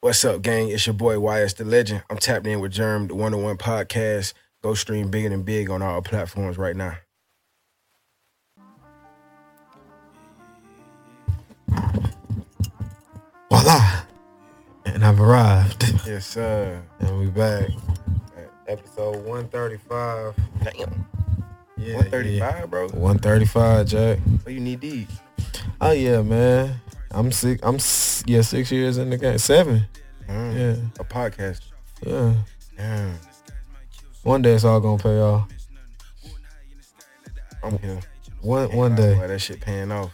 What's up, gang? It's your boy YS the Legend. I'm tapped in with Germ, the 101 podcast. Go stream bigger than big on all platforms right now. Voila! And I've arrived. Yes, sir. And we back. At episode 135. Damn. Yeah, 135, bro. 135, Jack. So you need these. Oh yeah, man. I'm six I'm s- yeah, six years in the game. Seven. Mm, Yeah. A podcast. Yeah. Damn. One day it's all gonna pay off. I'm here. One one day. Why that shit paying off.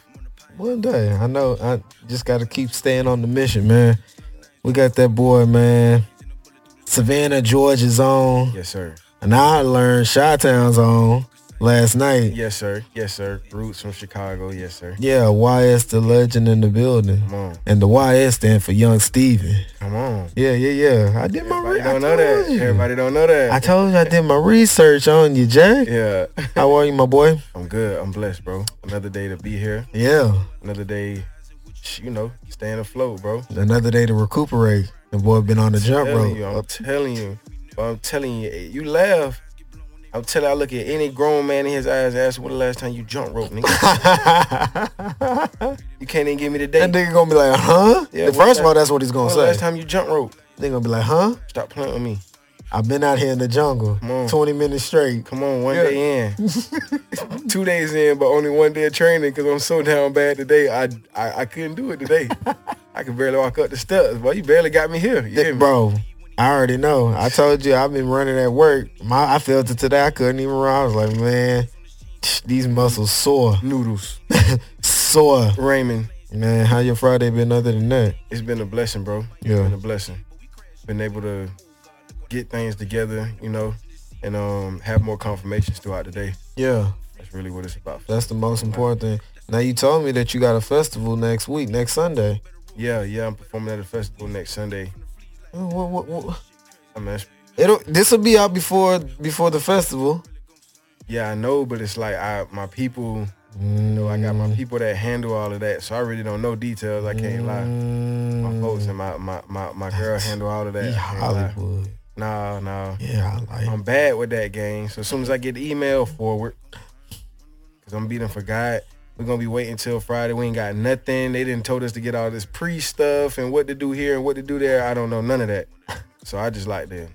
One day. I know I just gotta keep staying on the mission, man. We got that boy, man. Savannah, Georgia's on. Yes, sir. And I learned Chi Town's on last night. Yes, sir. Yes, sir. Roots from Chicago. Yes, sir. Yeah, YS the legend in the building. Come on. And the YS stand for Young Steven. Come on. Yeah, yeah, yeah. I did my Everybody research. I don't know told that. you. Everybody don't know I that. told you I did my research on you, Jack. Yeah. How are you, my boy? I'm good. I'm blessed, bro. Another day to be here. Yeah. Another day, you know, staying afloat, bro. Another day to recuperate. The boy been on the jump telling you, I'm rope. telling you. But I'm telling you, eh, you laugh. I'm telling I look at any grown man in his eyes and ask when the last time you jump rope, nigga. that You can't even give me the date. nigga gonna be like, huh? Yeah, The when First of that- all, that's what he's gonna When the last say. time you jump rope? They gonna be like, huh? Stop playing with me. I've been out here in the jungle, Come on. twenty minutes straight. Come on, one Yeah. day in. Two days in, but only one day of training because I'm so down bad today. I, I I couldn't do it today. I could barely walk up the steps, Boy, You barely got me here. You hear me? Bro, I already know. I told you I've been running at work. My I felt it today. I couldn't even run. I was like, man, these muscles sore, Noodles. sore. Raymond. Man, how your Friday been other than that? it's been a blessing, bro. It's Yeah. been a blessing. Been able to get things together, you know, and um have more confirmations throughout the day. Yeah, That's really what it's about. that's the most important thing. Now you told me that you got a festival next week, next Sunday. Yeah, yeah, I'm performing at a festival next Sunday. Oh, Uh, wha- wha- wha- I mean, that's- It'll this will be out before before the festival. yeah, I know, but it's like I my people, No, Mm, oh, I got my people that handle all of that, so I really don't know details. I can't lie. Mm, My folks and my my my, my girl handle all of that. I can't lie. Hollywood. Nah, nah. Yeah, I like. I'm bad with that game. So as soon as I get the email forward, because I'm beating for God, we're gonna be waiting till Friday. We ain't got nothing. They didn't told us to get all this pre stuff and what to do here and what to do there. I don't know none of that. So I just like to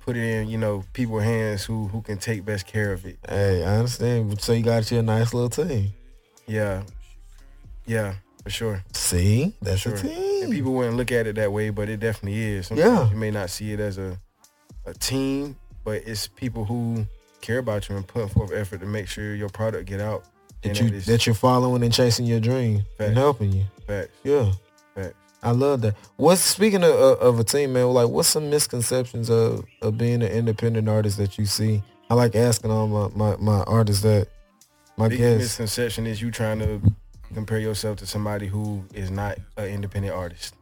put it in, you know, people hands who who can take best care of it. Hey, I understand. but So you got you a nice little team. Yeah, yeah, for sure. See, that's Sure. a team. And people wouldn't look at it that way, but it definitely is. Sometimes Yeah. You may not see it as a a team, but it's people who care about you and putting forth effort to make sure your product get out. that and you that it's that you're following and chasing your dream Facts. and helping you. facts. Yeah. Facts. I love that. What's speaking of, of of a team, man? Like, what's some misconceptions of of being an independent artist that you see? I like asking all my my, my artists that. My Biggest guess. misconception is you trying to compare yourself to somebody who is not an independent artist.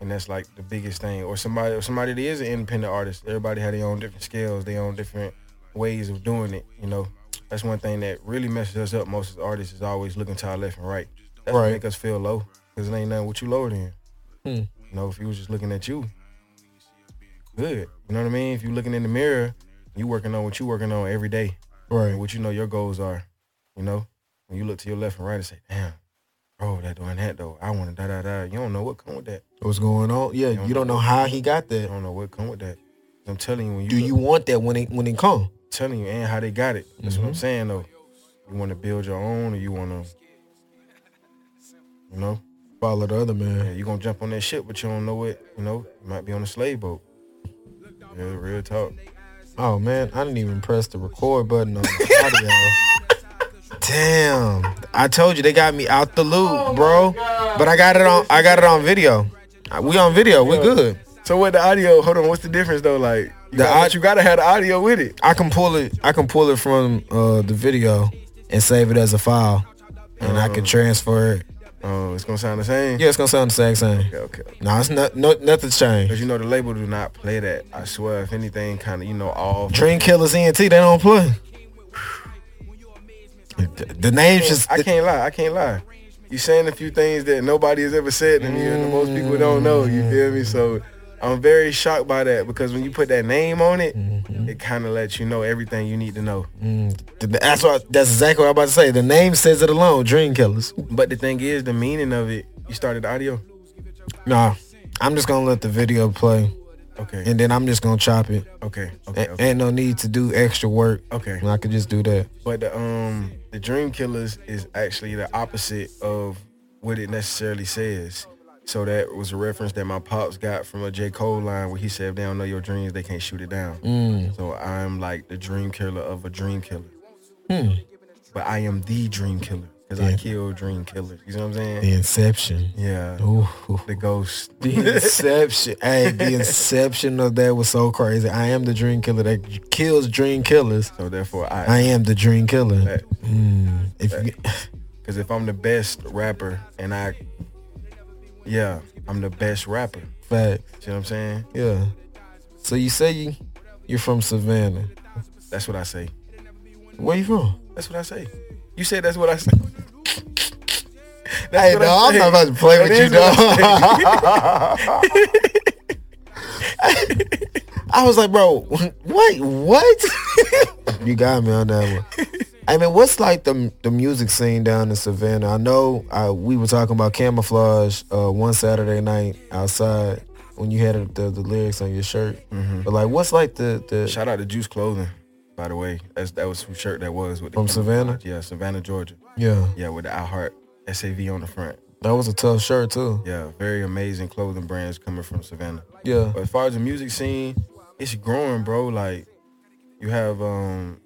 And that's like the biggest thing. Or somebody or somebody that is an independent artist. Everybody had their own different scales, their own different ways of doing it, you know. That's one thing that really messes us up most as artists is always looking to our left and right. That's what Right. make us feel low. Because it ain't nothing what you lower than. Hmm. You know, if you was just looking at you, good. You know what I mean? If you looking in the mirror, you working on what you working on every day and Right. what you know your goals are. You know, when you look to your left and right and say, "Damn, bro, that doing that though. I want to da da da." You don't know what come with that. What's going on? Yeah, don't you don't know. know how he got You that. don't know what come with that. I'm telling you, when you Do look- you want that when it when it come? telling you and how they got it. That's what I'm Mm-hmm. saying though. You want to build your own, or you want to, you know, Follow the other yeah, man. you gonna jump on that ship, but you don't know it. You know, you might be on a slave boat. Yeah, real talk. Oh man, I didn't even press the record button on the audio. Damn. I told you they got me out the loop, bro. But I got it on I got it on video. Uh, We on video. We good. So what the audio? Hold on, what's the difference though? Like you The gotta- aud- you gotta have the audio with it. I can pull it I can pull it from uh the video and save it as a file. And I can transfer it. Oh, it's gonna sound the same. Yeah, it's gonna sound the same same. Okay, okay. No, it's not no nothing's changed. Cause you know the label do not play that. I swear, if anything, kind of you know all. Dream Killers ENT, they don't play. The, the name's just I can't lie. I can't lie. you saying a few things that nobody has ever said in here, and most people don't know. You feel me? So I'm very shocked by that because when you put that name on it, Mm-hmm. it kind of lets you know everything you need to know. Th- Mm, That's what. That's exactly what I'm about to say. The name says it alone. Dream killers. But the thing is, the meaning of it. You started the audio. Nah, I'm just gonna let the video play, Okay. and then I'm just gonna chop it. Okay. Okay. A- Okay. Ain't no need to do extra work. okay. I could just do that. But the um the dream killers is actually the opposite of what it necessarily says. So that was a reference that my pops got from a J. Cole line where he said if they don't know your dreams, they can't shoot it down. Mm. So I'm like the dream killer of a dream killer. Hmm. But I am the dream killer. Because I Yeah. kill dream killers. You know what I'm saying? The Inception. Yeah. Ooh. The ghost. The inception, hey, the inception of that was so crazy. I am the dream killer that kills dream killers. so therefore I am the dream killer. Fact. Mm, if you, Because if I'm the best rapper and I Yeah, I'm the best rapper. fact, You know what I'm saying? yeah. So you say you, you're from Savannah. That's what I say. Where you from? That's what I say. You said that's what I say. That's Hey, what I dog, I'm say. not about to play That with you, is what I dog. I was like, bro, wait, what? you got me on that one. I mean, what's like the the music scene down in Savannah? I know I, we were talking about camouflage uh, one Saturday night outside when you had the, the lyrics on your shirt. But like, what's like the the Shout out to Juice Clothing, by the way. That's that was whose shirt that was with the From Savannah? Yeah, Savannah, Georgia. yeah? Yeah, with the I Heart SAV on the front. That was a tough shirt too. Yeah, very amazing clothing brands coming from Savannah. Yeah, But as far as the music scene, it's growing, bro. Like you have um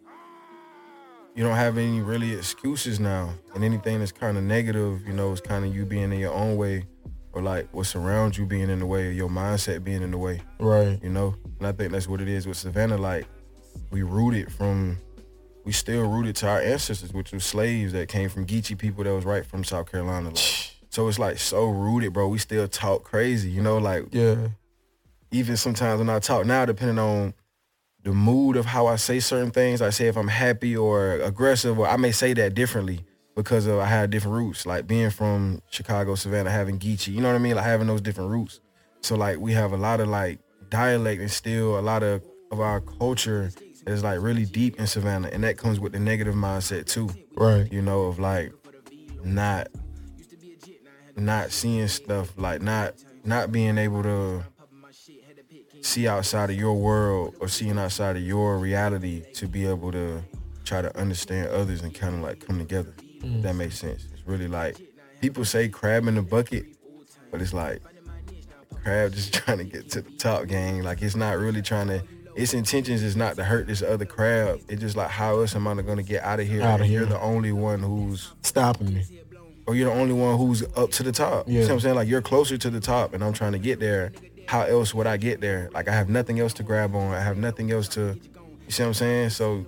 you don't have any really excuses now. And anything that's kind of negative, you know, it's kind of you being in your own way or like what surrounds you being in the way or your mindset being in the way, right. you know? And I think that's what it is with Savannah like we rooted from we still rooted to our ancestors, which was slaves that came from Geechee people that was right from South Carolina. Like. So it's like so rooted, bro. We still talk crazy, you know, like Yeah, even sometimes when I talk now, depending on the mood of how I say certain things, I say if I'm happy or aggressive, or I may say that differently because of I have different roots, like being from Chicago, Savannah, having Geechee, you know what I mean, like having those different roots. So like we have a lot of like dialect and still a lot of of our culture is like really deep in Savannah, and that comes with the negative mindset too right. you know, of like not not seeing stuff, like not not being able to see outside of your world or seeing outside of your reality to be able to try to understand others and kind of like come together. If Mm. that makes sense. It's really like people say crab in the bucket, but it's like crab just trying to get to the top gang. Like it's not really trying to. Its intentions is not to hurt this other crab. It's just like how else am I gonna get out of here? Outta And here. You're the only one who's, Stopping me. or you're the only one who's up to the top. You Yeah. see what I'm saying? Like you're closer to the top, and I'm trying to get there. How else would I get there? Like I have nothing else to grab on. I have nothing else to. You see what I'm saying? So.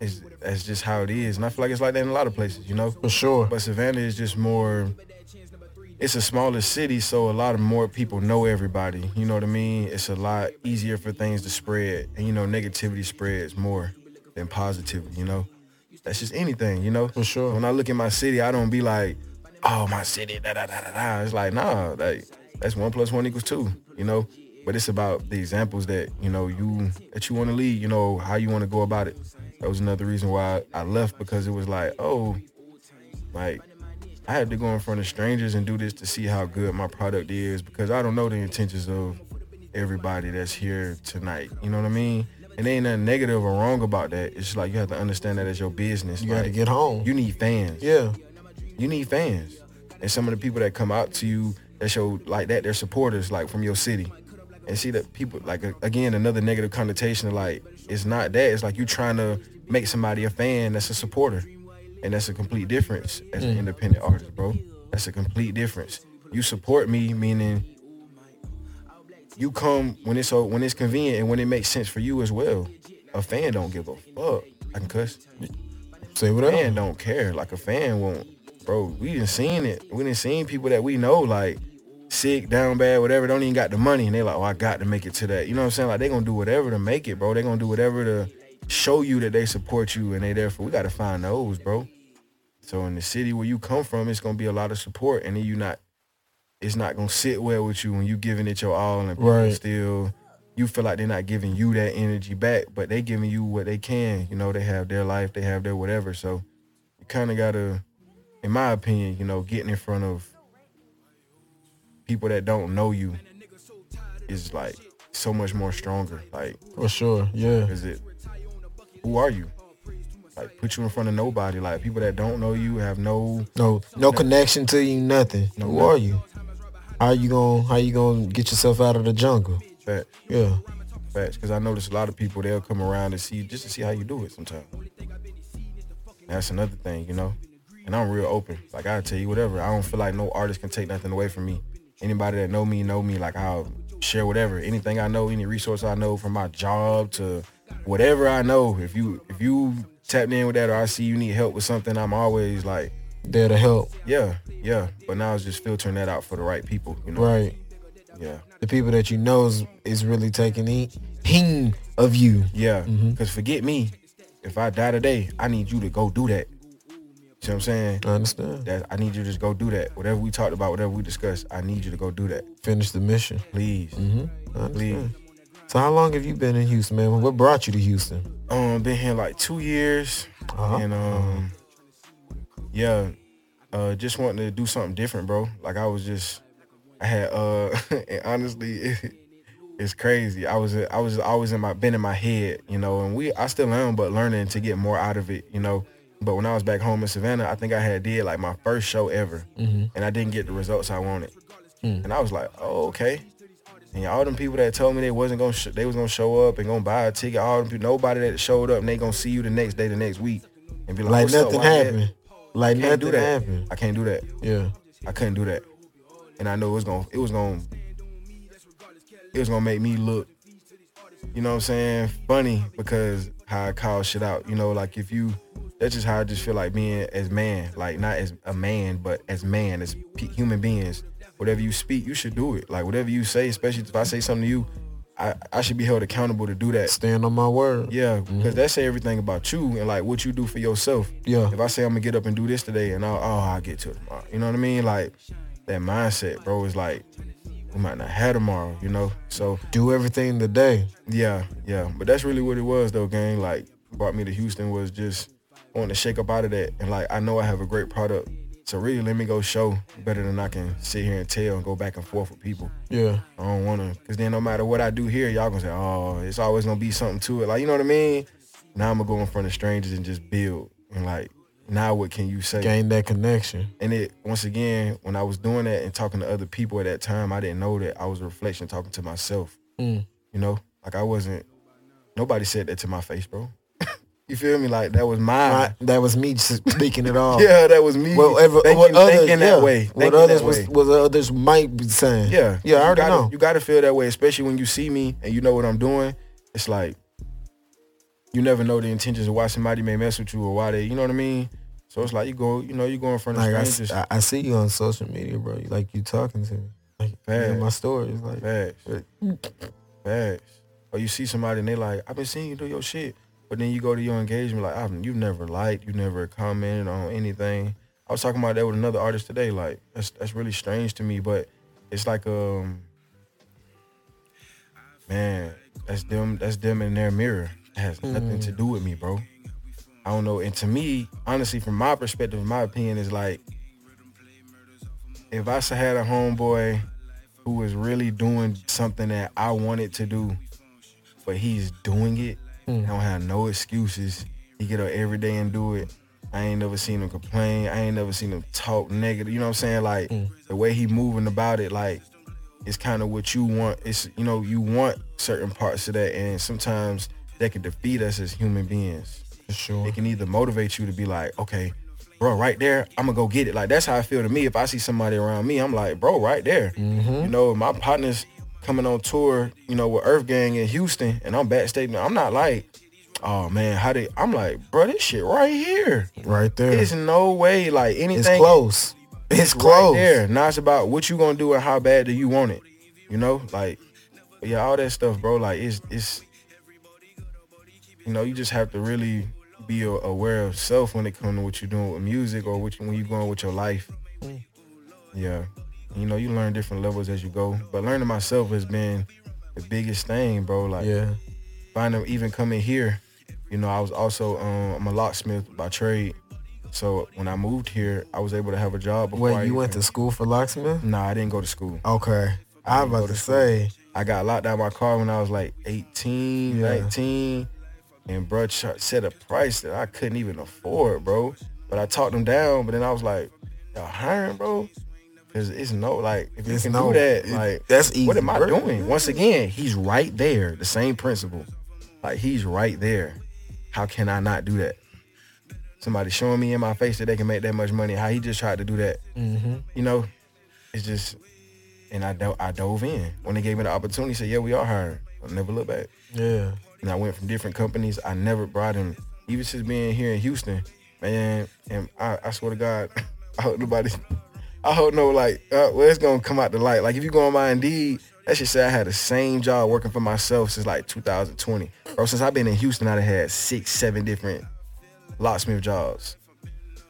It's, that's just how it is, and I feel like it's like that in a lot of places, you know. For sure. But Savannah is just more. It's a smaller city, so a lot of more people know everybody. You know what I mean? It's a lot easier for things to spread, and you know negativity spreads more than positivity. You know, that's just anything. You know, For sure. When I look at my city, I don't be like, oh my city, da da da da da. It's like nah, like that's one plus one equals two. You know, but it's about the examples that you know you that you want to lead. You know how you want to go about it. That was another reason why I left because it was like, oh, like I had to go in front of strangers and do this to see how good my product is because I don't know the intentions of everybody that's here tonight. You know what I mean? And ain't nothing negative or wrong about that. It's just like you have to understand that it's your business. You got to Like, get home. you need fans. yeah, You need fans. And some of the people that come out to you that show like that, they're supporters, like from your city. And see that people like a- again another negative connotation of like it's not that. It's like you trying to make somebody a fan that's a supporter. And that's a complete difference as an independent artist, bro. That's a complete difference. You support me, meaning you come when it's so when it's convenient and when it makes sense for you as well. A fan don't give a fuck. I can cuss say what fan don't care. Like a fan won't, bro. We didn't seen it. We didn't seen people that we know like sick, down bad, whatever. Don't even got the money, and they like, oh, I got to make it to that. You know what I'm saying? Like they gonna do whatever to make it, bro. They gonna do whatever to show you that they support you, and they there for. We gotta find those, bro. So in the city where you come from, it's gonna be a lot of support, and then you not, it's not gonna sit well with you when you giving it your all, and people Right. still, you feel like they're not giving you that energy back, but they giving you what they can. You know, they have their life, they have their whatever. So you kind of gotta, in my opinion, you know, getting in front of people that don't know you is like so much more stronger. Like For sure. Yeah. is it who are you? Like put you in front of nobody. Like people that don't know you have no No, no connection to you, nothing. No, Who nothing. are you? How you gonna how you gonna get yourself out of the jungle? fact Yeah. facts. Cause I notice a lot of people they'll come around and see just to see how you do it sometimes. That's another thing, you know? And I'm real open. Like I'll tell you whatever. I don't feel like no artist can take nothing away from me. Anybody that know me, know me. Like I'll share whatever. Anything I know, any resource I know from my job to whatever I know. If you if you tapped in with that or I see you need help with something, I'm always like There to help. Yeah, yeah. But now it's just filtering that out for the right people, you know. Right. Yeah. The people that you know is, is really taking heed heed of you. Yeah. Cause forget me. If I die today, I need you to go do that. See what I'm saying? I understand. That I need you to just go do that. Whatever we talked about, whatever we discussed, I need you to go do that. Finish the mission. Please. Uh, I understand. Please. So how long have you been in Houston, man? What brought you to Houston? Um, been here like two years. Uh-huh. And um yeah. Uh just wanting to do something different, bro. Like I was just I had uh and honestly it's crazy. I was I was always in my been in my head, you know, and we I still am, but learning to get more out of it, you know. But when I was back home in Savannah, I think I had did like my first show ever, Mm-hmm. and I didn't get the results I wanted, Mm. and I was like, oh okay. And all them people that told me they wasn't gonna sh- they was gonna show up and gonna buy a ticket, all them people, nobody that showed up, and they gonna see you the next day, the next week, and be like, Like "What's up, nothing Why that?" happened. Like I can't do nothing that. happened. I can't do that. Yeah. I couldn't do that. And I know it was gonna it was gonna it was gonna make me look, you know what I'm saying, funny because how I call shit out. You know, like if you that's just how I just feel like being as man, like not as a man, but as man, as pe human beings. Whatever you speak, you should do it. Like whatever you say, especially if I say something to you, I, I should be held accountable to do that. Stand on my word. Yeah, because that say everything about you and like what you do for yourself. Yeah. If I say I'm gonna get up and do this today, and I'll, oh, I'll get to it tomorrow. You know what I mean? Like that mindset, bro, is like we might not have tomorrow. You know? So Do everything today. yeah, yeah. But that's really what it was though, gang. Like brought me to Houston was just wanting to shake up out of that, and like I know I have a great product, so really let me go show better than I can sit here and tell and go back and forth with people. Yeah. I don't wanna, cause then no matter what I do here, y'all gonna say, oh, it's always gonna be something to it. Like you know what I mean? Now I'm gonna go in front of strangers and just build, and like now what can you say? Gain that connection. And it once again, when I was doing that and talking to other people at that time, I didn't know that I was a reflection talking to myself. Mm. You know, like I wasn't. Nobody said that to my face, bro. you feel me? Like that was my. I- that was me speaking it all. yeah, that was me. whatever thinking, oh. what others thinking yeah, that way. what Thinking others that was way. what others might be saying. Yeah. yeah, I you already gotta, know. You gotta feel that way, especially when you see me and you know what I'm doing. It's like you never know the intentions of why somebody may mess with you or why they, you know what I mean? So it's like you go, you know, you go in front of Like I, strangers. s- I- I see you on social media, bro. You- Like you talking to me, like Facts. yeah, my stories, like Facts. Right. Mm. Facts. Or you see somebody and they like, I've been seeing you do your shit. But then you go to your engagement, like, I've, you never liked, you never commented on anything. I was talking about that with another artist today. Like, that's that's really strange to me, but it's like um man, that's them that's them in their mirror. It has nothing to do with me, bro. I don't know. And to me, honestly, from my perspective, my opinion is like if I s- had a homeboy who was really doing something that I wanted to do, but he's doing it, I don't have no excuses. He get up every day and do it. I ain't never seen him complain. I ain't never seen him talk negative. You know what I'm saying? Like the way he moving about it, like it's kind of what you want. It's you know you want certain parts of that, and sometimes that can defeat us as human beings for sure. it can either motivate you to be like, okay, bro, right there, I'm gonna go get it. Like that's how I feel to me. If I see somebody around me, I'm like, bro, right there. Mm-hmm. You know, my partner's coming on tour, you know, with Earth Gang in Houston, and I'm backstage. now, I'm not like, oh man, how did? I'm like, bro, this shit right here. Right there, There's it's, no way like anything close. It's, close. Right there. Now it's about what you gonna do and how bad do you want it. You know, like but yeah, all that stuff, bro. Like it's it's you know, you just have to really be a- aware of self when it comes to what you're doing with music or what you, when you're going with your life. Mm. Yeah, you know, you learn different levels as you go. But learning myself has been the biggest thing, bro. Like Yeah. finding even coming here, you know, I was also um, I'm a locksmith by trade. So when I moved here, I was able to have a job. Before I Wait, you went even- to school for locksmith? Nah, I didn't go to school. Okay. I was go about to to school. say. I got locked out of my car when I was like 18, Yeah. 19. And bro ch- set a price that I couldn't even afford, bro. But I talked them down, but then I was like, y'all hiring, bro? Cause it's no like if you It's can no- do that, it- like that's easy What am I work. doing? Once again, he's right there. The same principle. Like he's right there. How can I not do that? Somebody showing me in my face that they can make that much money. How he just tried to do that Mm-hmm. you know, it's just, and I do- I dove in when they gave me the opportunity. Said, yeah, we are hiring. I never look back. Yeah. And I went from different companies. I never brought him, even since being here in Houston, man. And I, I swear to God, I hope nobody, I hope no like, uh, well, it's gonna come out the light. Like if you go on my Indeed, that should say I had the same job working for myself since like 2020. Bro, since I've been in Houston, I've had six, seven different locksmith jobs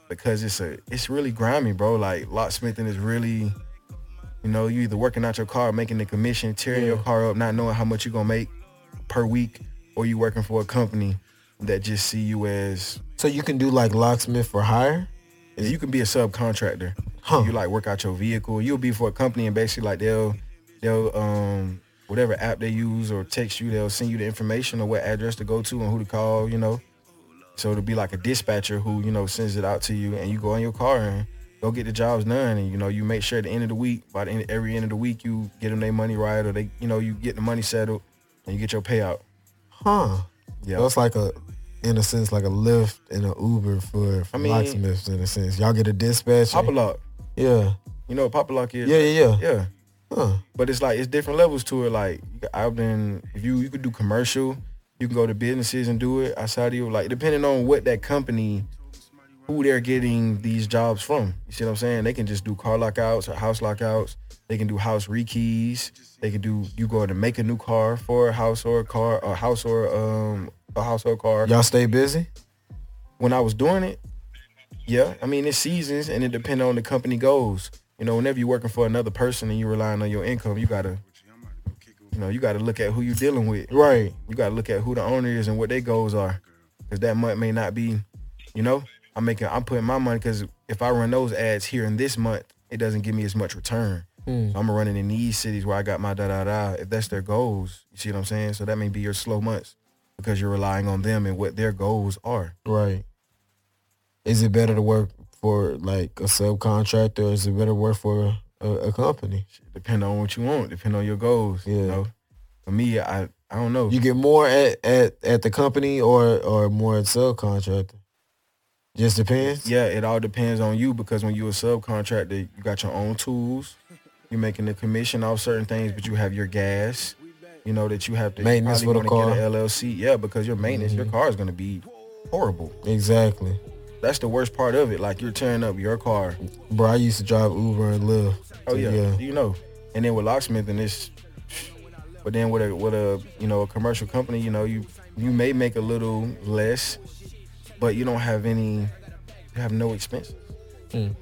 because it's a it's really grimy, bro. Like locksmithing is really, you know, you either working out your car, making the commission, tearing your Yeah. car up, not knowing how much you're gonna make per week, or you working for a company that just see you as So you can do like locksmith for hire? you can be a subcontractor. Huh. You like work out your vehicle. You'll be for a company and basically like they'll they'll um whatever app they use or text you, they'll send you the information on what address to go to and who to call, you know. So it'll be like a dispatcher who, you know, sends it out to you and you go in your car and go get the jobs done and you know, you make sure at the end of the week, by the end, every end of the week you get them their money right or they you know, you get the money settled and you get your payout. Huh. Yeah. So it's like a, in a sense, like a Lyft and an Uber for, for I mean- locksmiths. In a sense, y'all get a dispatch. and- Papa Lock. yeah. You know what Papa Lock is? Yeah. Yeah. Yeah. Yeah. Huh. but it's like it's different levels to it. Like I've been, if you you could do commercial, you can go to businesses and do it outside of you. Like depending on what that company, who they're getting these jobs from. You see what I'm saying? They can just do car lockouts or house lockouts. They can do house rekeys. They can do you go to make a new car for a house or a car, a house or um a house or a car Y'all stay busy. when I was doing it, yeah, I mean it's seasons and it depends on the company goals. You know, whenever you're working for another person and you're relying on your income, you gotta, you know, you gotta look at who you're dealing with. Right. You gotta look at who the owner is and what their goals are, because that month may not be, you know, I'm making, I'm putting my money because if I run those ads here in this month, it doesn't give me as much return. Hmm. So I'm running in these cities where I got my da da da. If that's their goals, you see what I'm saying? So that may be your slow months because you're relying on them and what their goals are. Right. Is it better to work for like a subcontractor? Or is it better to work for a, a company? depending on what you want, depending on your goals. Yeah. You know, for me, I I don't know. You get more at, at, at the company or or more at subcontractor. Just depends. yeah, it all depends on you because when you're a subcontractor, you got your own tools. You're making the commission off certain things, but you have your gas. You know that you have to you Maintenance probably for the Mm-hmm. wanna get an LLC. Yeah, because your maintenance, your car is gonna be horrible. Exactly. That's the worst part of it. Like you're tearing up your car. Bro, I used to drive Uber and Lyft. Oh So, yeah, you know. And then with locksmithing, it's. But then with a with a you know a commercial company, you know you you may make a little less, but you don't have any, you have no expenses. Mm. You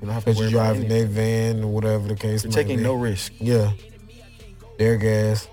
don't have to Cause worry you about driving anything. their van or whatever the case. You're might taking be. no risk, Yeah. Their gas.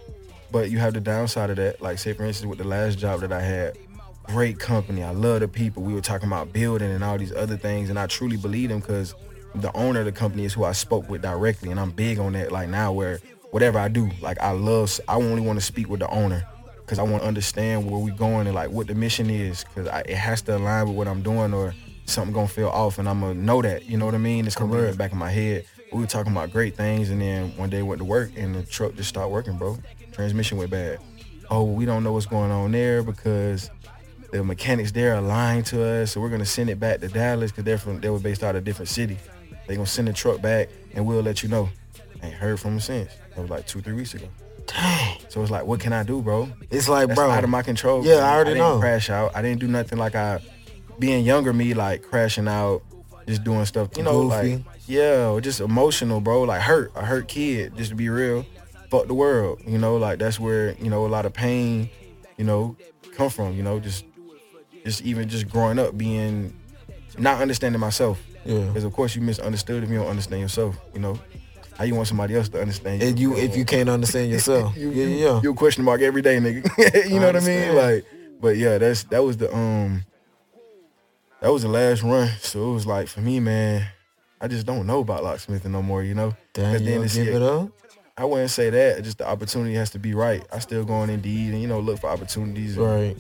but you have the downside of that. Like say for instance with the last job that I had, great company. I love the people. We were talking about building and all these other things, and I truly believe them because the owner of the company is who I spoke with directly, and I'm big on that. Like now, where whatever I do, like I love, I only want to speak with the owner because I want to understand where we're going and like what the mission is because it has to align with what I'm doing or something gonna feel off, and I'm gonna know that. You know what I mean? It's gonna be in the back of my head. We were talking about great things, and then one day went to work, and the truck just stopped working, bro. Transmission went bad. Oh, we don't know what's going on there because the mechanics there are lying to us, so we're gonna send it back to Dallas because they're from they were based out of a different city. They gonna send the truck back and we'll let you know. Ain't heard from them since. That was like two, three weeks ago. Dang. So it's like, what can I do, bro? It's like, That's bro. out of my control. Yeah, I bro. already didn't know. Crash out. I didn't do nothing like I, being younger me, like crashing out, just doing stuff. You know, Goofy. like yeah, or just emotional, bro. Like hurt, a hurt kid. Just to be real, fuck the world. You know, like that's where you know a lot of pain, you know, come from. You know, just just even just growing up being not understanding myself. Yeah. Because of course you misunderstood if you don't understand yourself. You know, how you want somebody else to understand And you, if you can't understand yourself, you, yeah, you- yeah, yeah. you a question mark every day, nigga. you know what I mean? understand. Like, but yeah, that's that was the um, that was the last run. So it was like for me, man, I just don't know about locksmithing no more. You know, Damn, But you then don't it's- give it up. I wouldn't say that. Just the opportunity has to be right. I still go on Indeed and you know look for opportunities. Right.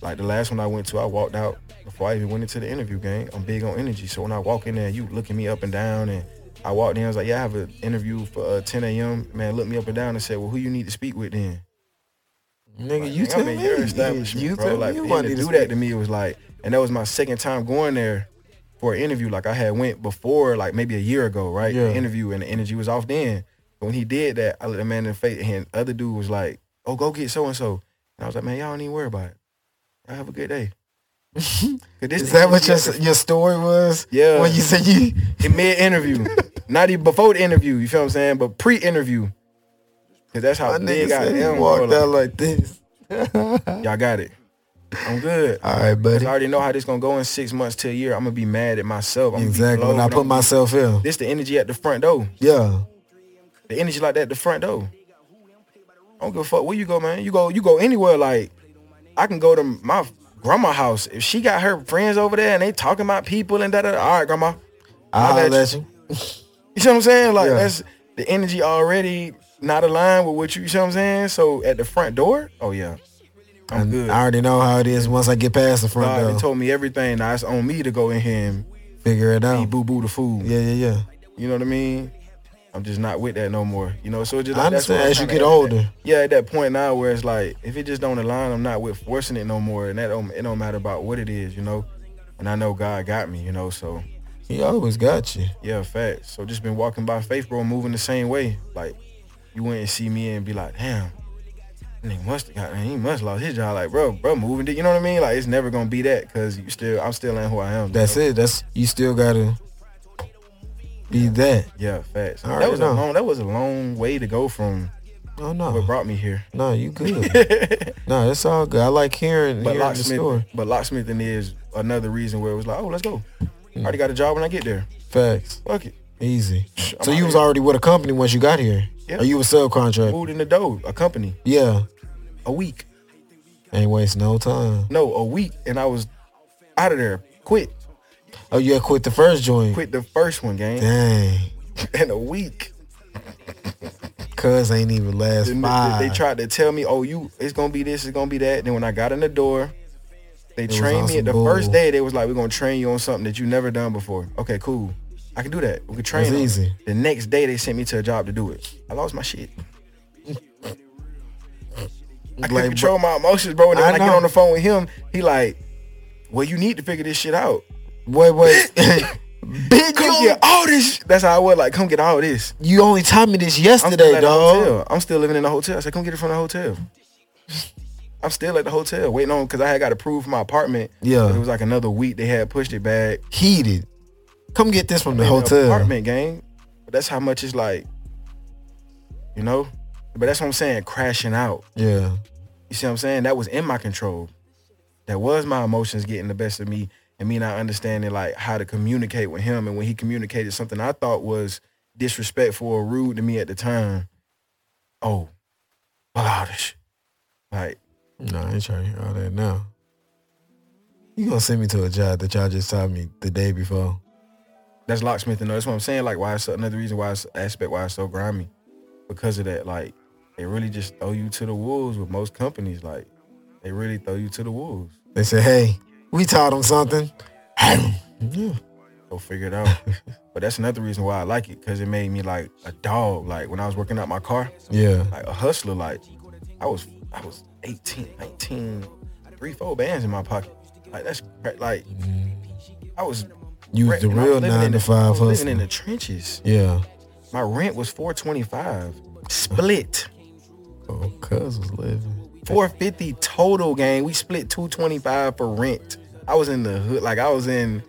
Like the last one I went to, I walked out before I even went into the interview game. I'm big on energy, so when I walk in there, you looking me up and down, and I walked in, I was like, yeah, I have an interview for uh, 10 a.m. Man, looked me up and down and said, well, who you need to speak with then? Nigga, Like, you I'm tell in me. Your establishment, you bro. tell like, me. You for want him to to do speak. that to me, it was like, and that was my second time going there for an interview. Like I had went before, like maybe a year ago, right? Yeah. The interview and the energy was off then. But when he did that, I looked the man in the face, and other dude was like, "Oh, go get so and so," and I was like, "Man, y'all don't even worry about it. Y'all have a good day." 'Cause this Is that what you your your story was? Yeah. When you said you, in mid interview, not even before the interview? You feel what I'm saying? But pre interview, because that's how my big nigga I said am. you bro. walked out Like, like this. y'all got it. I'm good. All right, buddy. 'Cause I already know how this gonna go in six months to a year. I'm gonna be mad at myself. I'm Exactly. When I put my myself in. this the energy at the front door. Yeah. The energy like that at the front door. I don't give a fuck where you go, man. You go, you go anywhere. Like I can go to my grandma house if she got her friends over there and they talking about people and da da. da, All right, grandma. I'll I'll let holler at you. You see what I'm saying? Like Yeah. that's the energy already not aligned with what you. You see what I'm saying? So at the front door, oh yeah, I'm And good. I already know how it is once I get past the front God, door. they told me everything. Now it's on me to go in here and Figure it out. boo boo the food. Yeah, yeah, yeah. You know what I mean? I'm just not with that no more. You know, so it's just I like that's where understand I'm kinda as you get at older. that- yeah, at that point now where it's like if it just don't align, I'm not with forcing it no more, and that don't, it don't matter about what it is, you know. And I know God got me, you know. So He always got you. yeah, facts. So just been walking by faith, bro, moving the same way. Like you wouldn't see me and be like, damn. that Nigga must have got he must lost his job. Like, bro, bro, moving it. You know what I mean? Like, it's never gonna be that because you still, I'm still in who I am. That's it. That's you still gotta be that. Yeah, facts. I That already was a know. long, that was a long way to go from Oh what no. brought me here. No, you good. but no, it's all good. I like hearing, hearing the locksmith, story. but locksmithing is another reason where it was like, oh, let's go. I already got a job when I get there. Facts. Fuck it. Easy. I'm So out you was here. already with a company once you got here. Yeah. Or you a subcontract. Food in the dough, a company, Yeah. a week. Ain't waste no time. No, a week, and I was out of there. Quit, Oh, you had quit the first joint. quit the first one, gang, Dang. in a week. Cuz ain't even last Then five. they, they tried to tell me, oh, you, it's gonna be this, it's gonna be that. Then when I got in the door, they was trained on me. At the some first bull. day, they was like, we're gonna train you on something that you never done before. Okay, cool. I can do that. We can train. That's on it. easy. The next day, they sent me to a job to do it. I lost my shit. I couldn't Like, control my emotions, bro. And then I when I, get know. on the phone with him, he like, well, you need to figure this shit out. Wait, wait. Bitch, Come you, get all this. sh-" That's how I was like, come get all this. you only taught me this I'm yesterday, still at the dog. hotel. I'm still living in the hotel. I said, come get it from the hotel. I'm still at the hotel waiting on because I had got approved for my apartment. Yeah. But It was like another week. They had pushed it back. Heated. Come get this from the in hotel. apartment gang. But that's how much it's like, you know? But that's what I'm saying, crashing out. Yeah. You see what I'm saying? That was in my control. That was my emotions getting the best of me and me not understanding like how to communicate with him. And when he communicated something I thought was disrespectful or rude to me at the time, oh, loudish. Like, No, I ain't trying to hear all that now. You gonna send me to a job that y'all just taught me the day before. that's locksmithing though. That's what I'm saying. Like why it's another reason why it's aspect why it's so grimy. Because of that, like, they really just throw you to the wolves with most companies. Like, they really throw you to the wolves. They said, hey, we taught them something. yeah. go figure it out. but that's another reason why I like it, cause it made me like a dog. Like when I was working out my car, Yeah. like a hustler. Like I was, I was 18, 19, three, four bands in my pocket. Like that's cra- like I was. You wrecked, was the and I real living in nine to the- I five was Living in hustler. the trenches. Yeah. My rent was 425, split Oh, cuz was living. 450 total. Gang, we split 225 for rent. I was in the hood, like I was in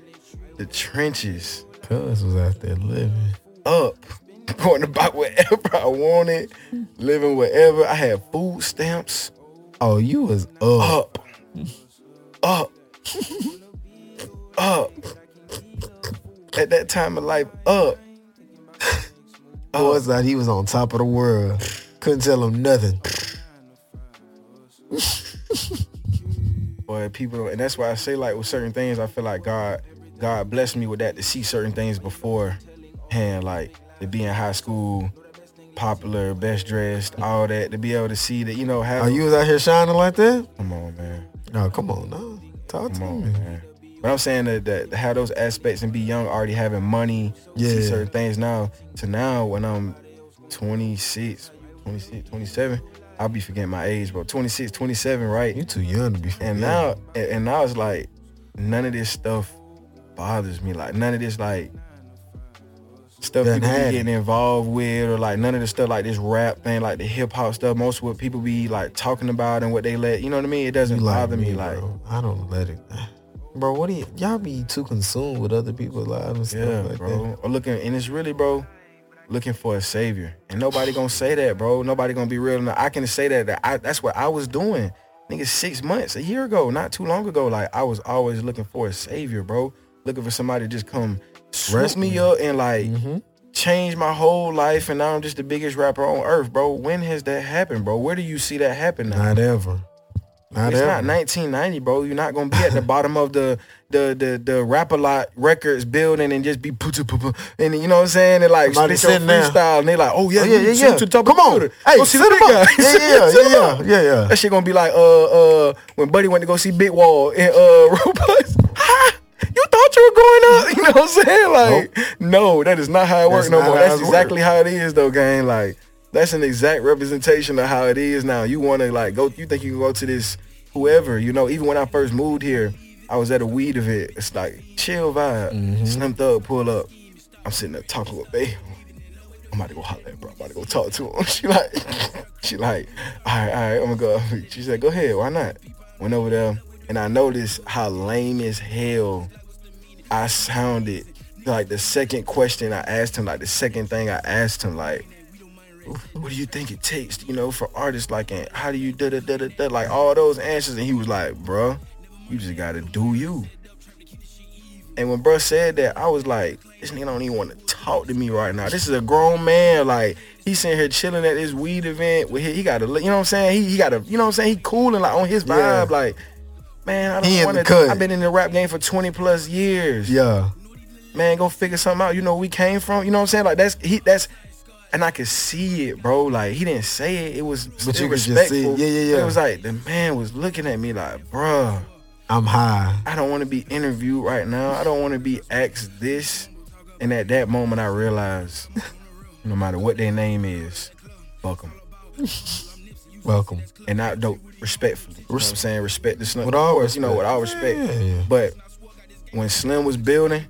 the trenches. Cuz was out there living. up, going to buy whatever I wanted, living wherever. I had food stamps Oh, Oh, you was up. up, up. up at that time of life. Up. oh. Boys thought he was on top of the world. Couldn't tell him nothing. But people don't, and that's why I say like with certain things, I feel like God, God blessed me with that to see certain things beforehand, like to be in high school, popular, best dressed, all that, to be able to see that you know how. Are Oh, you was out here shining like that? Come on, man. No, come on, no. Talk Come to on, me. Oh, man. But I'm saying that, that how those aspects and be young, already having money, see Yeah. certain things now. To now, when I'm 26, 26, 27, I'll be forgetting my age, bro. 26, 27, right? You too young to be. And now, and, and now it's like none of this stuff bothers me. Like none of this like stuff Done people had be it. getting involved with, or like none of the stuff like this rap thing, like the hip hop stuff. Most of what people be like talking about and what they let, you know what I mean? It doesn't You like bother me. me, like bro. I don't let it. Bro, what do you, y'all be too consumed with other people's lives and stuff yeah, like bro. that? Or looking, and it's really, bro. Looking for a savior, and nobody gonna say that, bro. Nobody gonna be real enough. I can say that. that I, that's what I was doing, nigga. Six months, a year ago, not too long ago. Like I was always looking for a savior, bro. Looking for somebody to just come Rescue. rest me up and like Mm-hmm. change my whole life. And now I'm just the biggest rapper on earth, bro. When has that happened, bro? Where do you see that happen now? Not ever. Not it's ever. not 1990, bro. You're not gonna be at the bottom of the the the the rap a lot records building and just be poo poo poo and you know what I'm saying and like Somebody spit your sitting there. freestyle and they like, oh yeah, Oh, yeah, you yeah, shoot yeah. To the top Come of on. the building. Hey, Go see the sit big him guy. up. Yeah, Sit- yeah, sit him yeah, up. yeah, yeah. That shit gonna be like uh uh when Buddy went to go see Big Wall and uh Robust. "Ha, You thought you were going up, you know what I'm saying? Like, no, that is not how it works That's no not more. how That's it work. exactly how it is, though, gang. Like, that's an exact representation of how it is now. You want to like go? You think you can go to this whoever? You know, even when I first moved here, I was at a weed of it. It's like chill vibe, Mm-hmm. slim thug pull up. I'm sitting there talking with babe. I'm about to go holler at bro. I'm about to go talk to him. She like, she like, all right, all right, I'm gonna go. She said, go ahead, why not? Went over there, and I noticed how lame as hell I sounded. Like the second question I asked him, like the second thing I asked him, like, what do you think it takes, you know, for artists like, and how do you da da da da da, like all those answers, and he was like, bruh, you just gotta do you. And when bruh said that, I was like, this nigga don't even want to talk to me right now. This is a grown man, like he sitting here chilling at this weed event with his, he got to, you know what I'm saying? He, he got to, you know what I'm saying? He cooling like on his Yeah. vibe, like. Man, I He in don't the want to. cut. I've been in the rap game for 20 plus years Yeah. man, go figure something out. You know, where we came from. You know what I'm saying? Like that's he that's and I could see it, bro. Like he didn't say it. It was But still you could just see it. respectful. Yeah, yeah, yeah. But It was like the man was looking at me like, bruh, I'm high. I don't want to be interviewed right now. I don't want to be asked this. And at that moment, I realized, no matter what their name is, fuck 'em. Welcome. And I don't respectfully. You know what I'm saying respect the snow. With all you know, respect. with all respect. Yeah, yeah. But when Slim was building,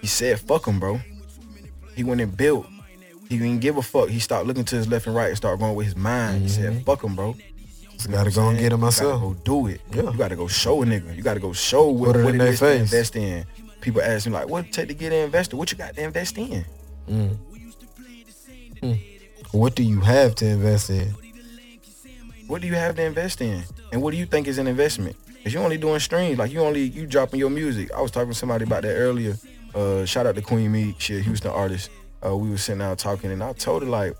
he said, fuck him, bro. He went and built. He didn't give a fuck. He stopped looking to his left and right and started going with his mind. He said, fuck him, bro. Just gotta go and get it Mm-hmm. myself. You gotta go do it. Yeah. You gotta go show a nigga. You gotta go show what, Put it what in it their is to face. invest in. People ask me like, what it take to get an investor? What you got to invest in? Mm. Mm. What do you have to invest in? What do you have to invest in? And what do you think is an investment? If you only doing streams, like you only you dropping your music. I was talking to somebody about that earlier. Uh, shout out to Queen Me, she a Houston artist. Uh, we was sitting down talking, and I told her like,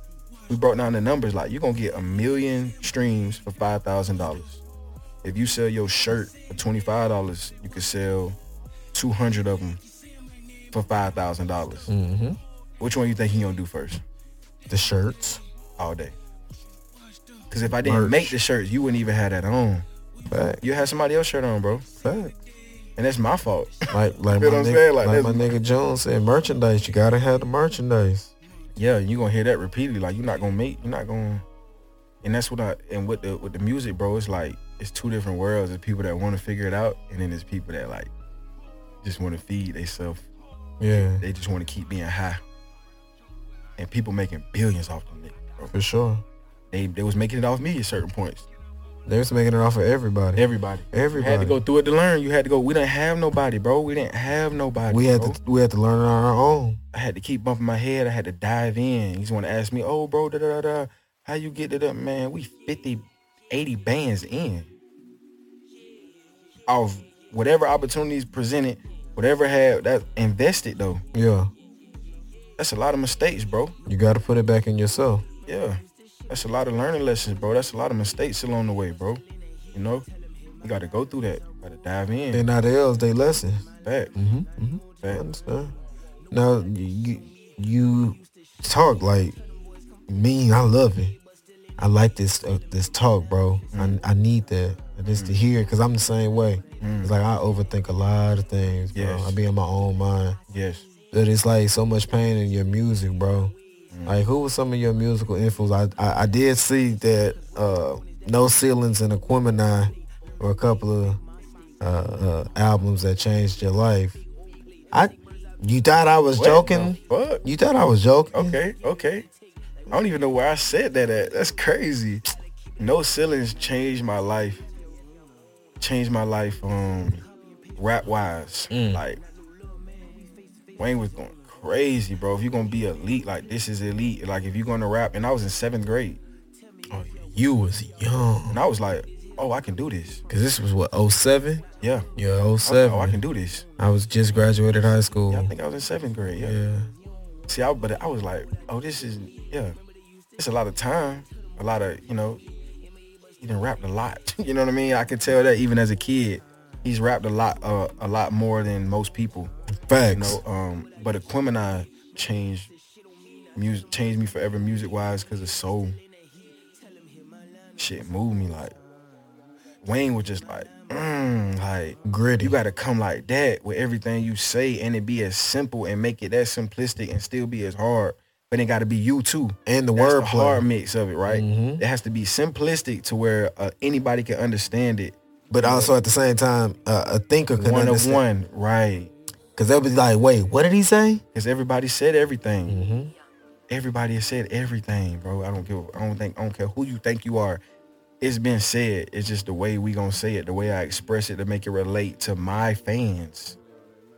we broke down the numbers. Like you're gonna get a million streams for five thousand dollars. If you sell your shirt for twenty five dollars, you could sell two hundred of them for five thousand dollars. Mm-hmm. Which one you think he gonna do first? The shirts. All day. Cause if I didn't Merch. make the shirts, you wouldn't even have that on. Fact. You had somebody else shirt on, bro. Fact. And that's my fault. Like like my, Feel what I'm nigga, saying? like, Like, my that's- nigga Jones said, merchandise. You gotta have the merchandise. yeah, you're gonna hear that repeatedly. Like you're not gonna make you're not gonna and that's what I and with the with the music, bro, it's like it's two different worlds. There's people that wanna figure it out and then there's people that like just wanna feed themselves. Yeah, They just wanna keep being high. And people making billions off them niggas, bro. for sure. They they was making it off me at certain points. They was making it off of everybody. Everybody. You Everybody. had to go through it to learn. You had to go. We didn't have nobody, bro. We didn't have nobody. we had bro. to we had to learn it on our own. I had to keep bumping my head. I had to dive in. He's want to ask me, oh, bro, da da da, da, how you get it up, man? We 50, 80 bands in. Off whatever opportunities presented, whatever had that invested though. Yeah. That's a lot of mistakes, bro. You got to put it back in yourself. Yeah. That's a lot of learning lessons, bro. That's a lot of mistakes along the way, bro. You know? You gotta go through that. Gotta dive in. They're not else. They lesson. Fact. Mm-hmm. mm-hmm. I Fact. understand. Now you you talk like mean. I love it. I like this uh, this talk, bro. I, I need that just to hear because I'm the same way. It's like I overthink a lot of things, bro. Yes. I be in my own mind, Yes. but it's like so much pain in your music, bro. Like who was some of your musical influence? I I, I did see that uh, No Ceilings and Aquemini were a couple of uh, uh, albums that changed your life. I you thought I was What joking? the Fuck. You thought I was joking? Okay, okay. I don't even know where I said that at. That's crazy. No ceilings changed my life. Changed my life um rap wise. Like Wayne was going crazy, bro. If you're gonna be elite, like this is elite. Like if you're gonna rap, and I was in seventh grade, Oh, You was young and I was like, oh, I can do this. because this was what 07? Yeah. Yeah, I was like, 07. oh, I can do this. I was just graduated high school. Yeah, I think I was in seventh grade. Yeah. yeah. See, I but I was like, oh, this is yeah, it's a lot of time, a lot of you know, he done rapped a lot. you know what I mean? I could tell that even as a kid, he's rapped a lot, uh, a lot more than most people. You Facts. know, um, but Aquemini changed music, changed me forever music wise because of soul. Shit moved me like Wayne was just like, mm, like Gritty. you gotta come like that with everything you say and it be as simple and make it that simplistic and still be as hard. But it gotta be you too. and the That's the wordplay. hard mix of it, right? Mhm. It has to be simplistic to where uh, anybody can understand it. But also at the same time, uh, a thinker can one understand. of one, right? Cause they'll be like, wait, what did he say? Because everybody said everything. Mm-hmm. Everybody has said everything, bro. I don't give. I don't think. I don't care who you think you are. It's been said. It's just the way we gonna say it, the way I express it to make it relate to my fans.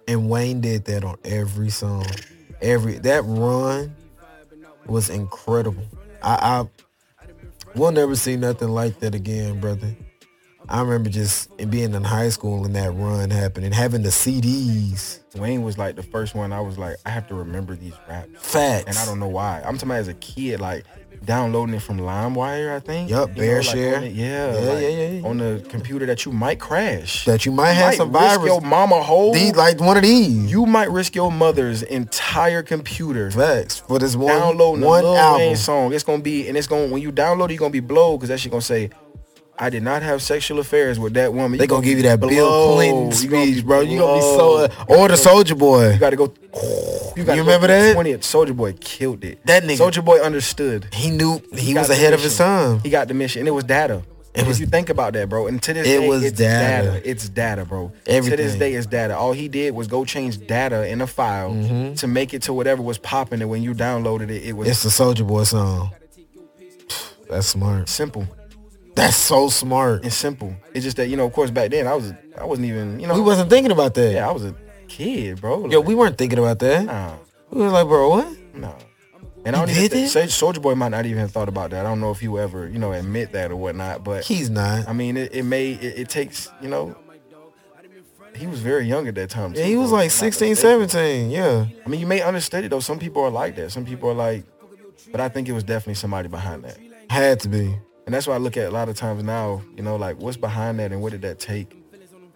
And Wayne did that on every song. Every that run was incredible. I, I we'll never see nothing like that again, brother. I remember just being in high school and that run happened and having the CDs. Wayne was like the first one. I was like, I have to remember these raps, Facts. and I don't know why. I'm talking about as a kid, like downloading it from LimeWire, I think. Yup, You Bear like, Share. on it- yeah, Yeah, like, yeah, yeah, yeah. On the computer that you might crash. that you might You have might some risk virus. Your mama whole. These- like one of these. you might risk your mother's entire computer. facts for this one downloading one a Lil album. Wayne song. It's gonna be, and it's gonna when you download it, you're gonna be blown because that shit gonna say, "I did not have sexual affairs with that woman." They You gonna give you that Bill blown. Clinton You gonna speech, bro. You gonna be blown. so uh, or the Soldier Boy. You gotta go. You, gotta You remember that? Twentieth Soldier Boy killed it. That nigga- Soldier Boy understood. He knew he, got was the ahead of his mission. time. He got the mission, and it was data. If was- you think about that, bro, and to this It day, was it's data. data. It's data, bro. To this Everything. day, it's data. All he did was go change data in a file to make it to whatever was popping, and when you downloaded it, it was Mm-hmm. It's the Soldier Boy song. That's smart. simple. That's so smart. It's simple. It's just that you know, of course, back then I was I wasn't even you know We wasn't thinking about that. yeah I was a kid, bro. Like, Yo, we weren't thinking about that. nah, We was like, bro, what? nah. And I don't You even did think it? Soldier Boy might not even have thought about that. I don't know if he would ever you know admit that or whatnot, but He's not. I mean it, it may it, it takes you know. He was very young at that time. Yeah, too, he was bro. like Not 16, mistaken. 17. Yeah. I mean, you may understand it though. Some people are like that. Some people are like, but I think it was definitely somebody behind that. Had to be. And that's why I look at a lot of times now, you know, like what's behind that and what did that take?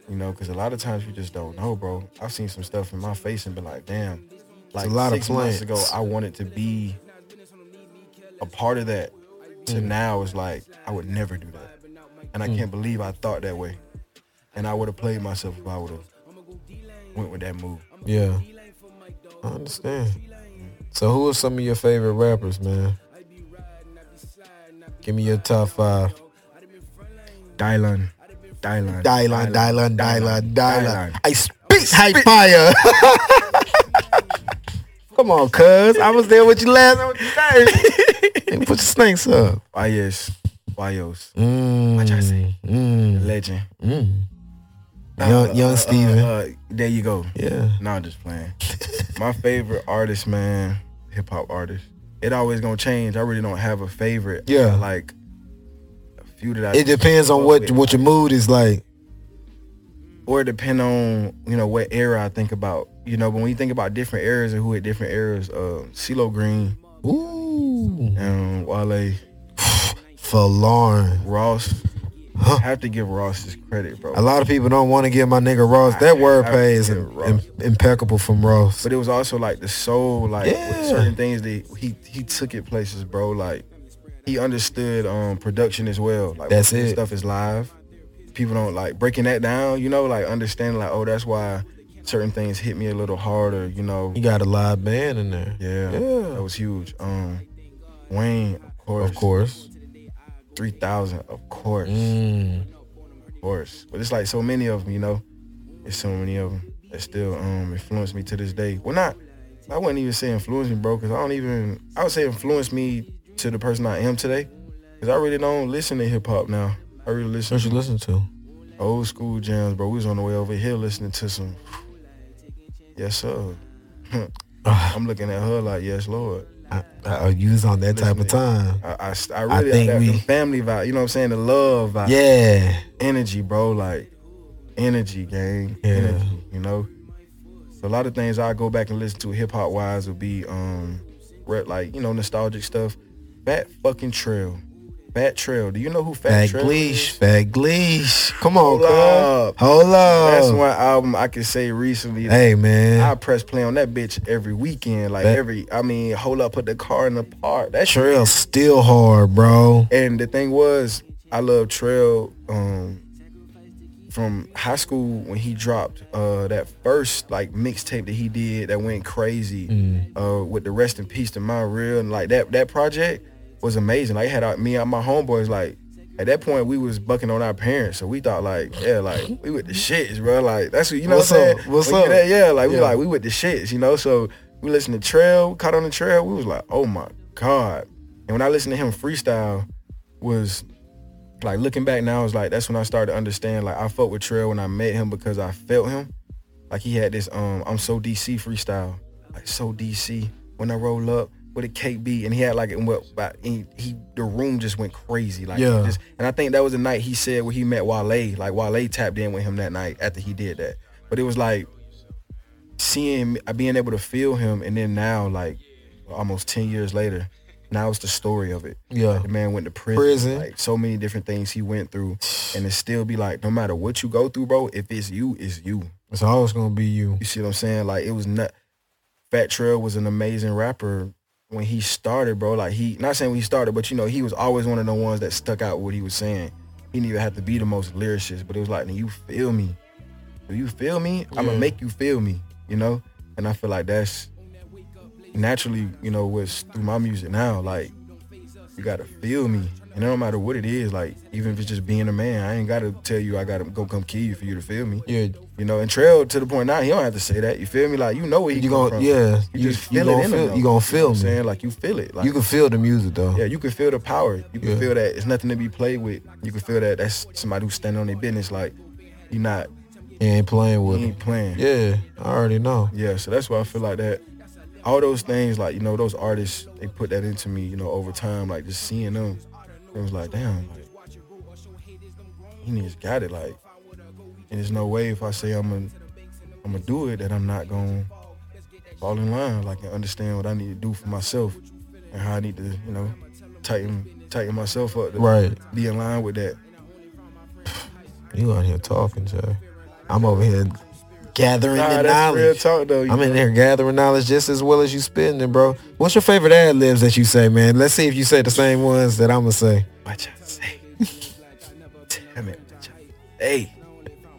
You know, because a lot of times you just don't know, bro. I've seen some stuff in my face and been like, damn, like a lot of six months ago, plans. I wanted to be a part of that. To Mm. now, it's like I would never do that, and I can't believe I thought that way. And I would have played myself if I would have went with that move. Yeah. I understand. So who are some of your favorite rappers, man? Give me your top five. Dylan, Dylan, Dylan, Dylan, Dylan, Dylan. Dylan. I spit high fire. Come on, cuz. I was there with you last time. Put your snakes up. Yos, Yos, Mm, What y'all say? Mm, legend. mm. Uh, Young, young uh, uh, Steven. uh, there you go. yeah. No, I'm just playing. My favorite artist, man, hip hop artist. It always gonna change. I really don't have a favorite. I Yeah. got, Like a few that I It depends on what what your mood is like. or it depend on you know what era I think about. You know, but when you think about different eras and who at different eras, uh, CeeLo Green, Ooh. um, Wale, For Lauren. Ross, Huh. have to give Ross his credit, bro. A lot of people don't want to give my nigga Ross. That word I- play is yeah, im- Ross. im- impeccable from Ross. But it was also like the soul, like Yeah. with certain things that he he took it places, bro. Like he understood um production as well. Like That's when this it. Stuff is live. People don't like breaking that down. You know, like understanding like oh that's why certain things hit me a little harder. You know. You got a live band in there. Yeah. That was huge. Um, Wayne, of course. Of course. Three thousand, of course, Mm. of course. But it's like so many of them, you know. It's so many of them that still um influence me to this day. Well, not. I wouldn't even say influence me, bro, because I don't even. I would say influence me to the person I am today, because I really don't listen to hip hop now. I really listen What you to listen to? old school jams, bro. We was on the way over here listening to some. Yes, sir. Uh, I'm looking at her like, yes, Lord. I, I use on that type of Listen. time. I, I, I really think that we- the family vibe. You know what I'm saying? The love vibe. Yeah. energy, bro. Like energy, gang. Yeah. Energy, you know. So a lot of things I go back and listen to hip hop wise would be um re- like, you know, nostalgic stuff. Fat fucking trail. Fat trail. Do you know who Fat Fat Trail Gleesh. is? Fat Gleesh. Come on, Hold cuz. up. Hold up. That's one album I can say recently. Hey, man. I press play on that bitch every weekend. Like That- every I mean, hold up, put the car in the park. That's Trail still hard, bro. And the thing was, I love Trail um, from high school when he dropped uh, that first like mixtape that he did that went crazy uh, with the rest in peace to my real and like that that project was amazing. Like it had our, me and my homeboys like at that point we was bucking on our parents, so we thought like yeah like we with the shits, bro. Like that's what you know What's what I'm up? saying. What's When you up? that- yeah, like we Yeah. like we with the shits, you know. So we listened to Trail, caught on the Trail. We was like oh my god. And when I listened to him freestyle, was like looking back now, it's like that's when I started to understand. Like I fucked with Trail when I met him because I felt him. Like he had this um I'm so DC freestyle, like so DC when I roll up with a KB, and he had like and what but he, he the room just went crazy like Yeah. just- and I think that was the night he said where he met Wale like Wale tapped in with him that night after he did that, but it was like seeing uh, being able to feel him and then now like almost ten years later, now it's the story of it. Yeah. The man went to prison. Prison. Like so many different things he went through. And it still be like, no matter what you go through, bro, if it's you, it's you. It's always gonna be you. You see what I'm saying? Like it was not Fat Trail was an amazing rapper when he started, bro. Like he not saying when he started, but you know, he was always one of the ones that stuck out what he was saying. He didn't even have to be the most lyricist, but it was like, do you feel me? Do you feel me? I'ma Yeah. make you feel me, you know? And I feel like that's naturally, you know, what's through my music now. Like, you gotta feel me. And no matter what it is, like, even if it's just being a man, I ain't gotta tell you I gotta go come kill you for you to feel me. Yeah, You know, and Trail to the point now, he don't have to say that. You feel me? Like you know where he you come gonna from. yeah. You, just you feel it gonna in him. feel, though. you gonna feel know what I'm me. saying like you feel it. Like You can feel the music though. yeah, you can feel the power. You can Yeah. feel that it's nothing to be played with. You can feel that that's somebody who's standing on their business. Like you're not, You ain't playing you with ain't it. playing. Yeah, I already know. Yeah, so that's why I feel like that. All those things, like you know, those artists, they put that into me. You know, over time, like just seeing them, it was like, damn, like, he niggas got it. Like, and there's no way if I say I'm gonna, I'm gonna do it that I'm not gonna fall in line. Like, and understand what I need to do for myself and how I need to, you know, tighten, tighten myself up to Right, be in line with that. you out here talking, Jay. I'm over here gathering Nah, the that's real knowledge. talk though. you I'm in there gathering knowledge just as well as you spitting it, bro. What's your favorite ad libs that you say, man? Let's see if you say the same ones that I'ma say. Watch out, say. Damn it. watch out. Hey,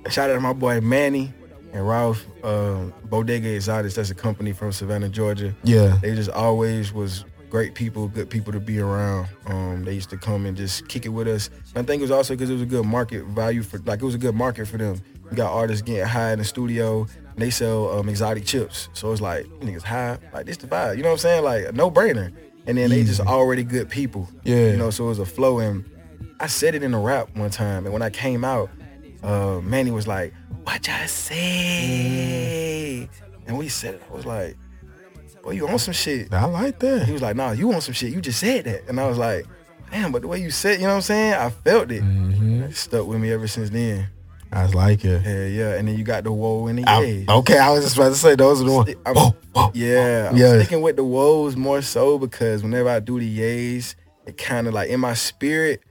shout out to my boy Manny and Ralph. Um, Bodega Exotics, that's a company from Savannah, Georgia. Yeah, They just always was great people, good people to be around. Um, they used to come and just kick it with us. And I think it was also because it was a good market value for, like it was a good market for them. You got artists getting high in the studio. And they sell um, exotic chips, so it's like niggas high, like this the vibe. You know what I'm saying? Like a no brainer. And then they just already good people. Yeah. You know, so it was a flow. And I said it in a rap one time, and when I came out, uh, Manny was like, "What y'all say?" And we said it. I was like, "Boy, you on some shit." I like He that. was like, "Nah, you on some shit. You just said that." And I was Mm-hmm. Mm-hmm. like, "Damn!" But the way you said, you know what I'm saying? I felt it. It stuck with me ever since then. I was like it. Yeah, yeah. And then you got the woe in the I, yeah. okay, I was just about to say those are the Oh, ones. I'm- Whoa, whoa. Yeah, I'm Yeah. sticking with the woes more so because whenever I do the yays, it kind of like in my spirit,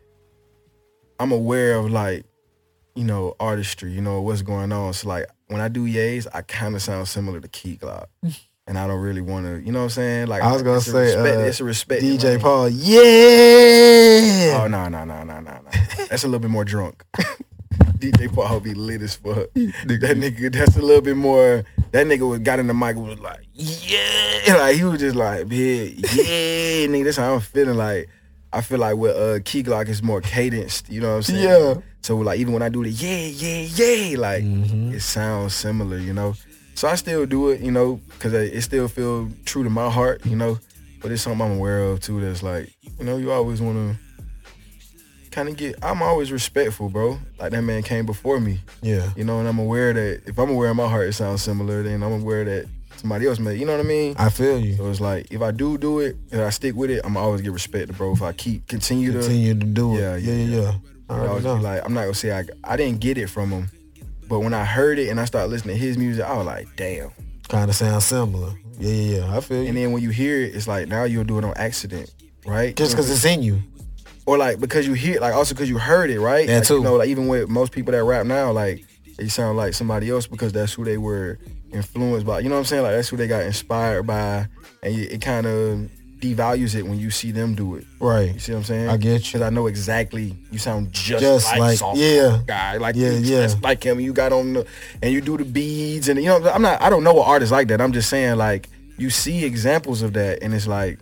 I'm aware of like, you know, artistry, you know, what's going on. So like when I do yays, I kind of sound similar to Key Glock. And I don't really want to, you know what I'm saying? Like I was gonna it's a say, respect, uh, it's a respect. DJ right? Paul. Oh Yeah. no no no no no no. That's a little bit more drunk. DJ Paul be lit as fuck. That nigga, that's a little bit more. That nigga was, got in the mic and was like, yeah, like he was just like, big, yeah, nigga. That's how I'm feeling. Like I feel like with uh, Key Glock is more cadenced. You know what I'm saying? Yeah. So like even when I do the yeah yeah yeah, like it sounds similar. You know. So I still do it. You know, because it still feel true to my heart. You know. But it's something I'm aware of too. That's like, you know, you always want to kind of get I'm always respectful, bro. Like that man came before me, Yeah. you know, and I'm aware that if I'm aware in my heart it sounds similar, then I'm aware that somebody else may, you know what I mean? I feel you. So it's like if I do do it and I stick with it, I'm always get respected, bro. If I keep continue to, Continue to do it. Yeah, Yeah, yeah, yeah, yeah. I I already always be know. like I'm not gonna say I I didn't get it from him, but when I heard it and I started listening to his music, I was like, damn. kind of sounds similar. Yeah, yeah, yeah. I feel And you. then when you hear it, it's like now you'll do it on accident, right? Just because it's in you. or like because you hear like also because you heard it right That like, too. you know like even with most people that rap now like they sound like somebody else because that's who they were influenced by you know what i'm saying like that's who they got inspired by and you, it kind of devalues it when you see them do it you Right. see what i'm saying I get you. because i know exactly you sound just, Just like, like- some yeah. guy like Yeah, you yeah. just like him you got on the and you do the beads and you know i'm not i don't know an artist like that i'm just saying like you see examples of that and it's like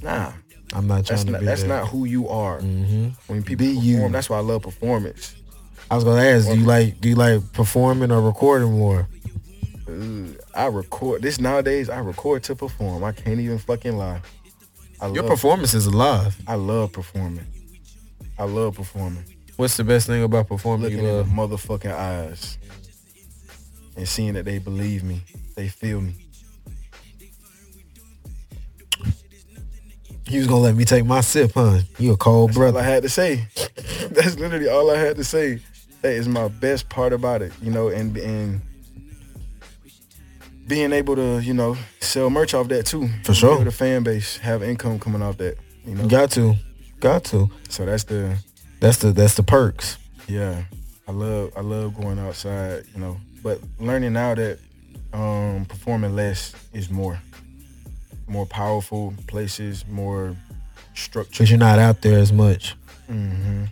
nah I'm not trying that's to not be that's that. Mm. Mm-hmm. not who you are. When people Be you. perform, that's why I love performance. I was gonna ask, do you like do you like performing or recording more? Ugh, I record this nowadays. I record to perform. I can't even fucking lie. I Your love, performance is live. I love performing. I love performing. What's the best thing about performing Looking you in the love? motherfucking eyes and seeing that they believe me, they feel me. You was gonna let me take my sip, huh? You a cold That's all brother. I had to say. That's literally all I had to say. That is my best part about it, you know, and and being able to, you know, sell merch off that too. For sure. The fan base have income coming off that, you know. Got to. Got to. So that's the That's the that's the perks. yeah. I love I love going outside, you know, but learning now that um performing less is more. More powerful places, more structure. Cause you're not out there as much. hmm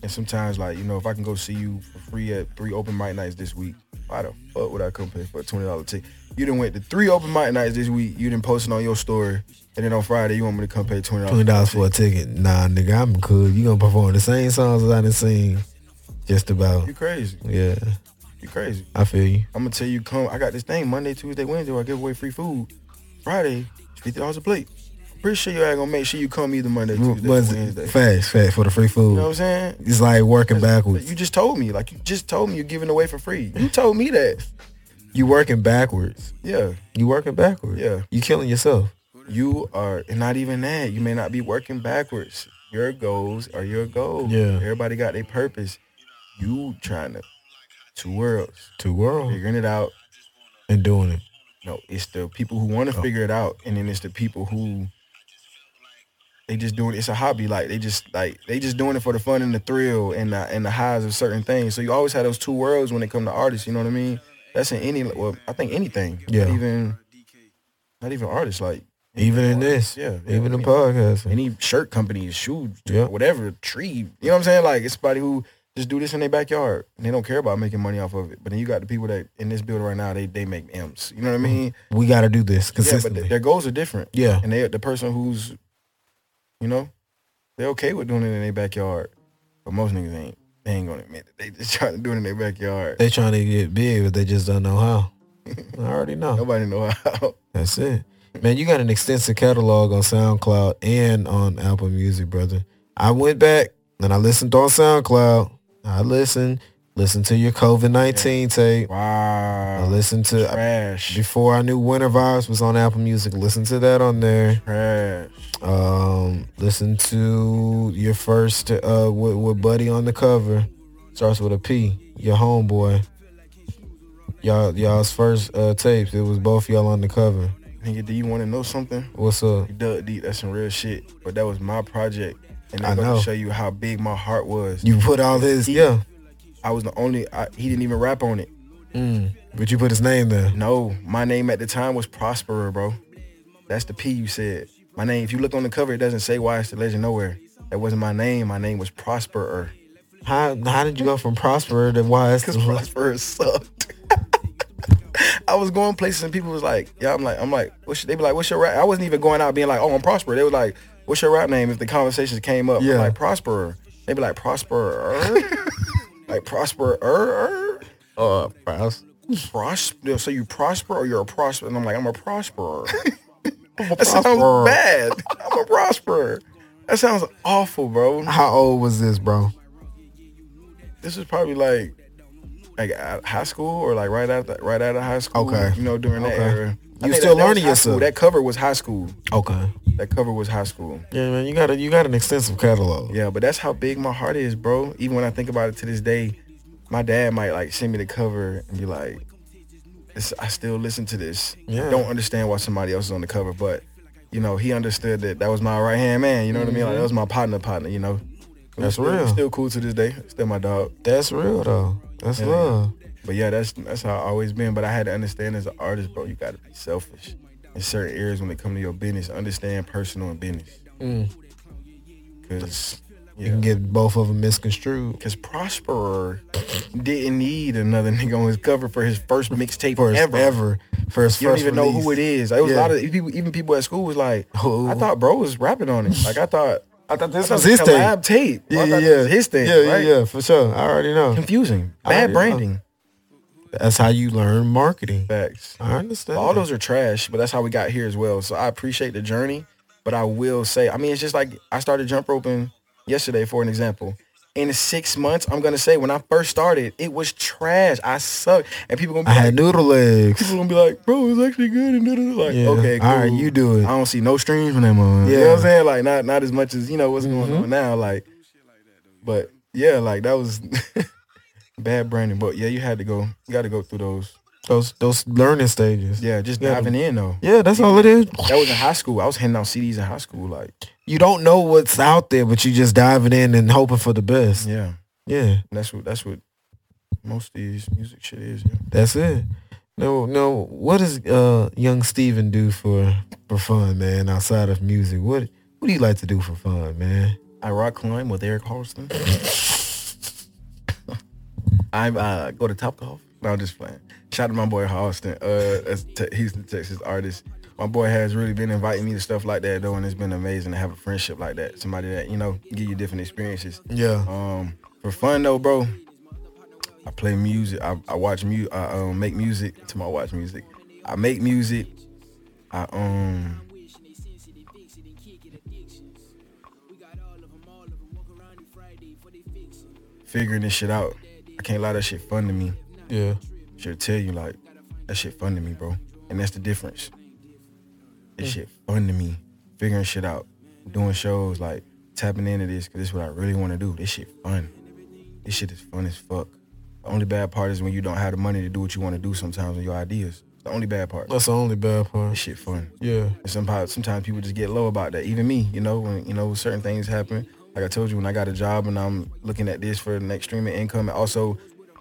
And sometimes, like you know, if I can go see you for free at three open mic nights this week, why the fuck would I come pay for a twenty dollar ticket? You didn't went to three open mic nights this week. You didn't post it on your story, and then on Friday you want me to come pay twenty Twenty dollars. dollars for a ticket. Nah, nigga, I'm cool. You gonna perform the same songs as I done seen. Just about. You crazy? Yeah, You crazy? I feel you. I'm gonna tell you, come. I got this thing Monday, Tuesday, Wednesday. Where I give away free food. Friday, it's fifty dollars a plate. Pretty sure you ain't gonna make sure you come either Monday, Tuesday, Was Wednesday. fast, fast for the free You know what food. I'm saying? It's like working But backwards. you just told me, like you just told me, you're giving away for free. You told me that. You working backwards. Yeah. You working backwards. Yeah. You killing yourself. you are and not even that you may not be working backwards your goals are your goals Yeah. everybody got their purpose you trying to two worlds Two world figuring it out and doing it. no it's the people who want to Oh. figure it out and then it's the people who they just doing it's a hobby like they just like they just doing it for the fun and the thrill and the, and the highs of certain things so you always have those two worlds when it come to artists you know what i mean that's in any well i think anything Yeah. not even not even artists like Even in this. yeah, yeah. Even in podcasting. any shirt company, shoe, Yeah. whatever, tree. You know what I'm saying? Like it's somebody who just do this in their backyard. And they don't care about making money off of it. But then you got the people that in this building right now, they they make M's. You know what I mean? We gotta do this Yeah, but consistently. th- their goals are different. Yeah. And they the person who's, you know, they're okay with doing it in their backyard. But most niggas ain't they ain't gonna admit it. They just trying to do it in their backyard. They trying to get big, but they just don't know how. I already know. Nobody know how. That's it. Man, you got an extensive catalog on SoundCloud and on Apple Music, brother. I went back and I listened on SoundCloud. I listened, listened to your COVID-19 tape. I Wow. listened to, Trash. before I knew Winter Vibes was on Apple Music, listen to that on there. Trash. Um, listen to your first uh with, with Buddy on the cover. starts with a P. Your homeboy. Y'all y'all's first uh, tapes. It was both y'all on the cover. Nigga, do you want to know something? What's up? Doug Deep, that's some real shit. But that was my project, and I I'm going know. to show you how big my heart was. You put all his He- yeah. I was the only. I, he didn't even rap on it. Mm. But you put his name there. No, my name at the time was Prosperer, bro. That's the P you said. My name. If you look on the cover, it doesn't say why it's the legend nowhere. That wasn't my name. My name was Prosperer. How how did you go from Prosper to Wise? Cause Prosperer sucked. I was going places and people was like, yeah, I'm like, I'm like, what's your, they be like, what's your rap? I wasn't even going out being like, oh, I'm Prosper. They were like, what's your rap name? If the conversations came up, Yeah. I'm like Prosperer. They be like Prosperer, like Prosperer, Uh, Pros. prosper. So you prosper or you're a prosper? And I'm like, I'm a prosperer. that prosperer. sounds bad. I'm a prosperer. That sounds awful, bro. How old was this, bro? This was probably like like at high school or like right after right out of high school. Okay. You know, during that Okay. era. I You think still that- that was learning high yourself. School. That cover was high school. Okay. That cover was high school. Yeah, man, you got a, you got an extensive catalog. Yeah, but that's how big my heart is, bro. Even when I think about it to this day, my dad might like send me the cover and be like, this, I still listen to this. Yeah. I don't understand why somebody else is on the cover, but you know, he understood that that was my right hand man. You know what I mean? Like that was my partner, partner. You know, And Mm-hmm. That's we're still, real. Still cool to this day. Still my dog. That's real though. That's Yeah. love. But yeah, that's that's how I always been. But I had to understand as an artist, bro, you gotta be selfish in certain areas when it comes to your business. Understand personal and business, Mm. cause You can get both of them misconstrued. Cause Prosperer didn't need another nigga on his cover for his first mixtape First ever. ever, for his You don't first even know who it is. It was a lot of people, even people at school was like, Who? I thought bro was rapping on it. Like I thought, I thought this Oh. was his collab tape. I Yeah, thought yeah, this yeah. was his thing. Yeah, yeah, right? yeah, for sure. I already know. Confusing, I already bad know. branding. That's how you learn marketing. Facts. I understand. All those are trash, but that's how we got here as well. So I appreciate the journey, but I will say, I mean, it's just like I started jump roping yesterday for an example. In six months, I'm gonna say when I first started, it was trash. I sucked, and people gonna be I like, had noodle legs. people gonna be like, bro, it's actually good, and da-da-da. like, Yeah. okay, cool. All right, you do it. I don't see no streams from that moment. You Yeah. Mm-hmm. know what I'm saying? Like, not not as much as you know what's going on now. Like, but yeah, like that was bad branding. But yeah, you had to go, you got to go through those. Those those learning stages. Yeah, just Yeah. diving in though. Yeah, that's all it is. That was in high school. I was handing out CDs in high school. Like, You don't know what's out there, but you just diving in and hoping for the best. yeah, and Yeah, that's what that's what most of these music shit is. Yeah. that's it. No, no. What does uh, young Steven do for for fun, man? Outside of music, what what do you like to do for fun, man? I rock climb with Eric Holston. I uh, go to Top Golf. No, I'm just playing. Shout out to my boy Holston. Uh, that's te- he's the Texas artist. My boy has really been inviting me to stuff like that though, and it's been amazing to have a friendship like that. Somebody that you know give you different experiences. Yeah. Um, for fun though, bro. I play music. I, I watch mu. I um, make music. To my watch music. I make music. I um. Figuring this shit out. I can't lie. That shit fun to me. Yeah. Should tell you like that shit fun to me, bro. And that's the difference. This shit fun to me. Figuring shit out, doing shows, like tapping into this because this is what I really want to do. This shit fun. This shit is fun as fuck. The only bad part is when you don't have the money to do what you want to do sometimes with your ideas. The only bad part. That's the only bad This part. shit fun. Yeah. And sometimes sometimes people just get low about that. Even me, you know, when you know certain things happen. Like I told you, when I got a job and I'm looking at this for the next stream of income and also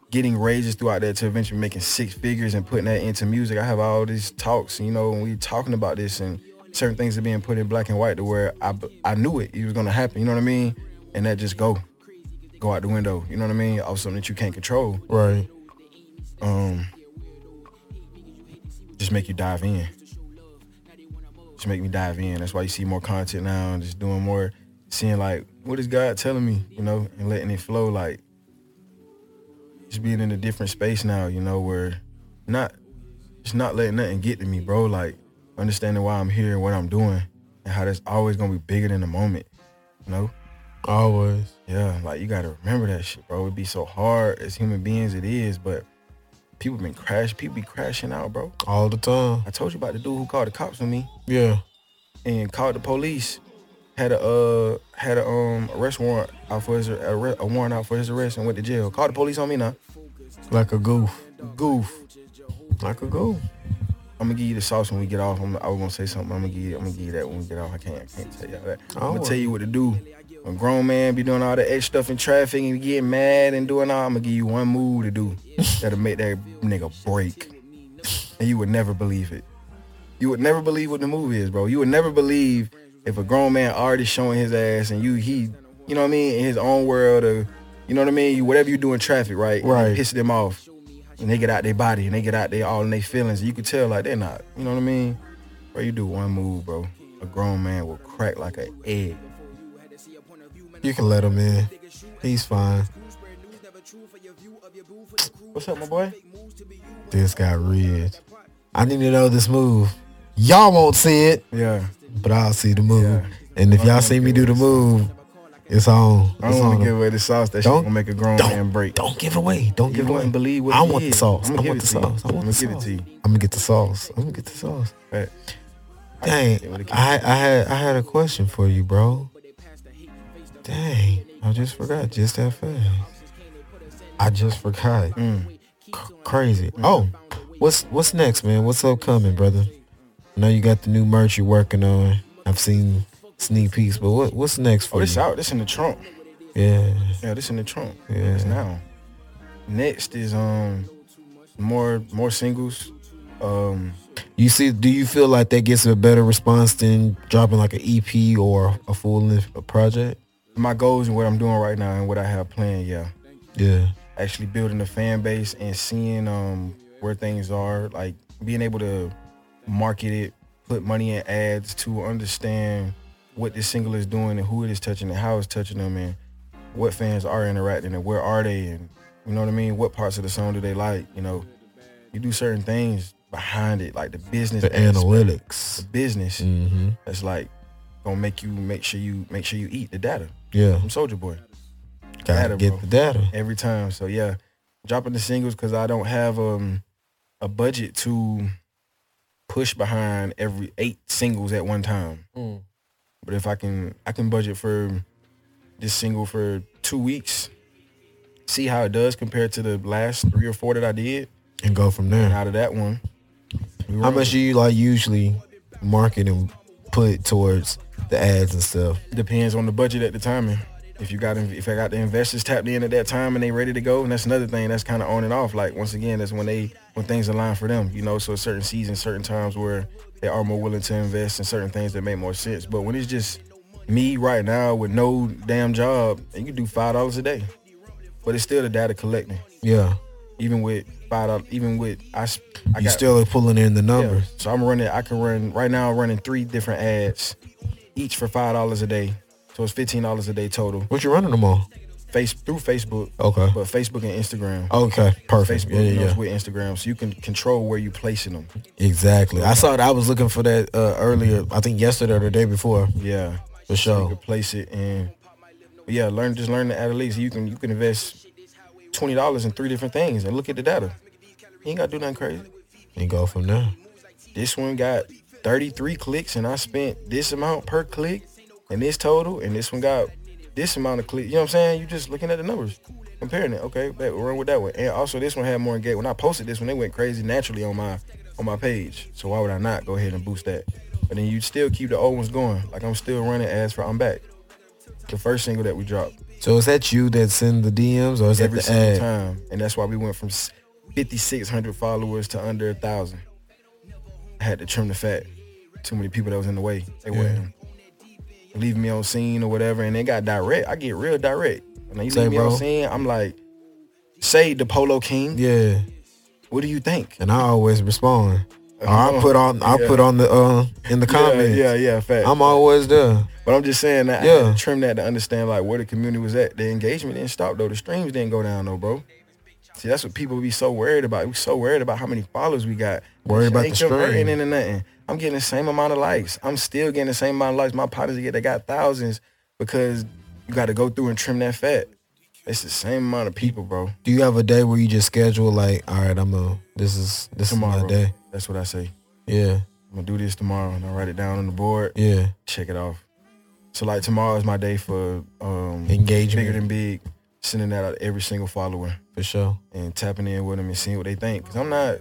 getting raises throughout that to eventually making six figures and putting that into music. I have all these talks, you know, and we talking about this and certain things are being put in black and white to where I, I knew it, it was gonna happen, you know what I mean? And that just go, go out the window, you know what I mean? Off something that you can't control. Right. Um, just make you dive in. Just make me dive in. That's why you see more content now and just doing more, seeing like what is God telling me, you know, and letting it flow. Like just being in a different space now, you know, where not just not letting nothing get to me, bro. Like understanding why I'm here and what I'm doing, and how that's always gonna be bigger than the moment, you know. Always. Yeah, like you gotta remember that shit, bro. It'd be so hard as human beings it is, but people been crash people be crashing out, bro. All the time. I told you about the dude who called the cops on me Yeah. and called the police. had a uh had a um arrest warrant out for his arre- a warrant out for his arrest and went to jail. Called the police on me now. Like a goof. Goof. Like a goof. I'm gonna give you the sauce when we get off. I'm, I was gonna say something. I'm gonna give you. I'm gonna give you that when we get off. I can't. I can't tell y'all that. I'm Oh. gonna tell you what to do. A grown man be doing all that extra stuff in traffic and getting mad and doing all. I'm gonna give you one move to do that'll make that nigga break, and you would never believe it. You would never believe what the movie is, bro. You would never believe if a grown man already showing his ass and you he, you know what I mean, in his own world or, you know what I mean. You whatever you do in traffic, right? You Right. Piss them off and they get out their body and they get out there all in their feelings. You could tell like they're not, you know what I mean? Bro, you do one move, bro. A grown man will crack like an egg. You can let him in. He's fine. What's up, my boy? This got red. I need to know this move. Y'all won't see it, Yeah. but I'll see the move. Yeah. And if I y'all don't see me give do the a- move, it's on. I It's don't want on. to give away the sauce. That shit Don't- gonna make a grown man don't, break. don't give it away. Don't You give it away. wouldn't believe what I it want the is. sauce. I I'ma give want it the to you. sauce. I I'ma want the give it sauce. to you. I'm gonna get the sauce. I'm gonna get the sauce. Facts. Dang, Give it to I, I had I had a question for you, bro. Dang, I just forgot just that fast. I just forgot. Mm. C- crazy. Oh, what's what's next, man? What's upcoming, brother? I know you got the new merch you're working on. I've seen sneak peeks, but what what's next for Oh, this you? out. This in the trunk. Yeah, Yeah, this in the trunk. Yeah. It's now. Next is um more more singles. Um you see, do you feel like that gets a better response than dropping like an EP or a full length project? my goals and what I'm doing right now and what I have planned, yeah. Yeah, actually building a fan base and seeing um where things are, like being able to market it, put money in ads to understand what this single is doing and who it is touching and how it's touching them and what fans are interacting and where are they and you know what I mean? What parts of the song do they like? You know, you do certain things behind it, like the business the aspect, analytics. business Mm-hmm. that's like gonna make you make sure you make sure you eat the data. Yeah, I'm Soldier Boy. Data, gotta get bro. the data. every time. So yeah, dropping the singles because I don't have um a budget to push behind every eight singles at one time. Mm. But if I can, I can budget for this single for two weeks, see how it does compared to the last three or four that I did, and go from and there. out of that one, we How rolling. much do you like usually market and put towards the ads and stuff? depends on the budget at the timing. If you got if I got the investors tapped in at that time and they ready to go, and that's another thing that's kind of on and off. Like once again, that's when they when things align for them, you know. So certain seasons, certain times where they are more willing to invest in certain things that make more sense. But when it's just me right now with no damn job, and you do five dollars a day, but it's still the data collecting. Yeah, Even with five dollars, even with I, s- I you got- still are pulling in the yeah. numbers. So I'm running. I can run right now. I'm running three different ads, each for five dollars a day. So it's fifteen dollars a day total. What you running them on? Face through Facebook, Okay. but Facebook and Instagram. Okay. Perfect. Facebook Yeah, you know, yeah, it's yeah. with Instagram, so you can control where you placing them. Exactly. I saw that. I was looking for that uh, earlier. I think yesterday or the day before. Yeah, For you sure. can place it and but yeah, learn. Just learn to at least you can you can invest twenty dollars in three different things and look at the data. You ain't gotta do nothing crazy. And go from there. This one got 33 clicks and I spent this amount per click and this total and this one got this amount of clicks. You know what I'm saying? You just looking at the numbers, comparing it. Okay, bet we'll run with that one. And also this one had more engagement. When I posted this one, they went crazy naturally on my on my page. So why would I not go ahead and boost that? But then you still keep the old ones going. Like I'm still running ads for I'm back. The first single that we dropped So is that you that send the DMs or is every that the single ad? time, and that's why we went from s- 5,600 followers to under a thousand. I had to trim the fat. Too many people that was in the way. They weren't leaving me on scene or whatever, and they got direct. I get real direct. And then you Say, leave me bro. on scene, I'm like, say the Polo King. Yeah. What do you think? And I always respond. Or I Uh-huh. put on. I Yeah. put on the uh in the comments. Yeah, yeah, yeah, fact. I'm always there. but I'm just saying that I Yeah. had to trim that to understand like where the community was at. The engagement didn't stop though. The streams didn't go down though, bro. See, that's what people be so worried about. We so worried about how many followers we got. Worried Shit about ain't the stream. converting into nothing. I'm getting the same amount of likes. I'm still getting the same amount of likes. My partners get they got thousands because you got to go through and trim that fat. It's the same amount of people, bro. Do you have a day where you just schedule like, all right, I'm a this is this is Tomorrow, my day. that's what I say. Yeah, I'm gonna do this tomorrow, and I write it down on the board. yeah. Check it off. So like tomorrow is my day for um bigger Engagement than big, sending that out to every single follower for sure. and tapping in with them and seeing what they think. Cause I'm not,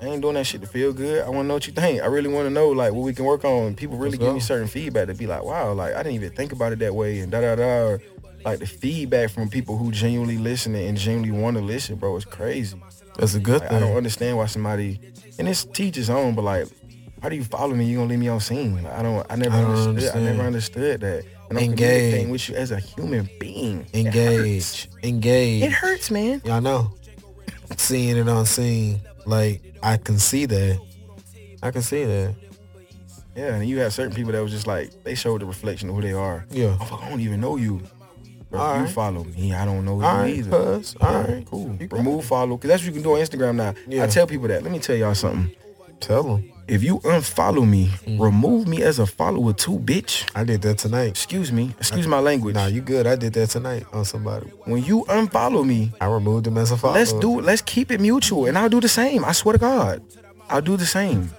I ain't doing that shit to feel good. I want to know what you think. I really want to know like what we can work on. People really What's give me up? certain feedback to be like, wow, like I didn't even think about it that way and da da da. Or, Like the feedback from people who genuinely listen and genuinely want to listen, bro, is crazy. That's a good Like, I don't thing. understand why somebody, and it's teachers on, but like, how do you follow me? You gonna leave me on scene? Like, I don't. I never I don't understood. understand. I never understood that. And I'm Engage. communicating with you as a human being. Engage, It hurts, it engage. hurts man. Y'all know, seeing it on scene. Like I can see that. I can see that. Yeah, and you have certain people that was just like they showed the reflection of who they are. Yeah. Oh, fuck, I don't even know you. Bro, All you right. follow me. I don't know you All right, either. cuz. Yeah, All right, cool. You got Remove follow, cause that's what you can do on Instagram now. Yeah. I tell people that. Let me tell y'all something. Tell them. If you unfollow me, Mm. remove me as a follower too, bitch. I did that tonight. Excuse me. Excuse my language. Nah, you good. I did that tonight on somebody. when you unfollow me, I removed him as a follower. let's do let's keep it mutual and I'll do the same. I swear to God. I'll do the same.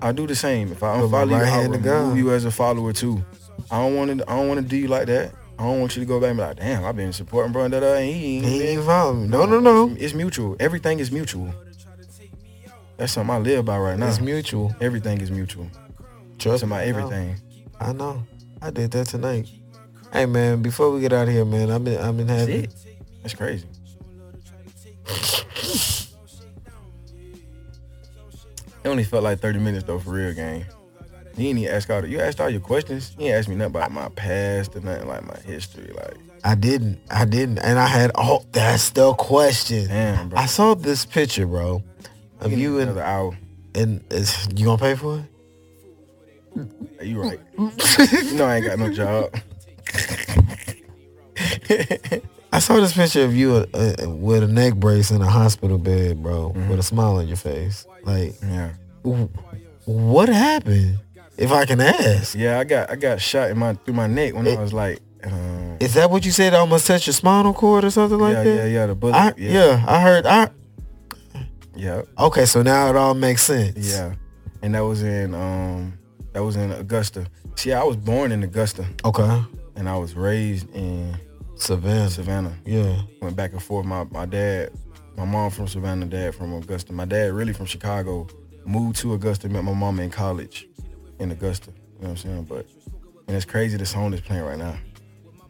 I'll do the same. If I Put my unfollow you, right I'll hand to remove God. you as a follower too. I don't want to I don't want to do you like that. I don't want you to go back and be like, damn, I've been supporting bro, da da and he ain't He been- ain't follow me. No, no, no. It's mutual. Everything is mutual. That's something I live by right now. It's mutual. everything is mutual. Trust That's my me, I know. everything. I know. I did that tonight. Hey man, before we get out of here, man, I've been I've been That's having it. That's crazy. It only felt like 30 minutes though for real game. You didn't even ask all the, you asked all your questions. You didn't ask me nothing about my past or nothing like my history. Like, I didn't. I didn't. And I had oh that's the question. damn, bro. I saw this picture, bro. Of Give me you another and hour. and it's, you gonna pay for You right. it? You know I ain't got no job. I saw this picture of you uh, uh, with a neck brace in a hospital bed, bro, Mm-hmm. with a smile on your face. Like, Yeah. w- what happened? If I can ask, Yeah, I got I got shot in my through my neck when I was like, um, is that what you said? Almost touched your spinal cord or something like yeah, that. yeah, yeah, the bullet. I, yeah. yeah, I heard. I Yeah. okay, so now it all makes sense. Yeah. And that was in um that was in Augusta. See, I was born in Augusta Okay. and I was raised in Savannah. Savannah. Yeah. Went back and forth. My my dad, my mom from Savannah, dad from Augusta. My dad really from Chicago. Moved to Augusta, met my mom in college in Augusta. You know what I'm saying? But and it's crazy the song is playing right now.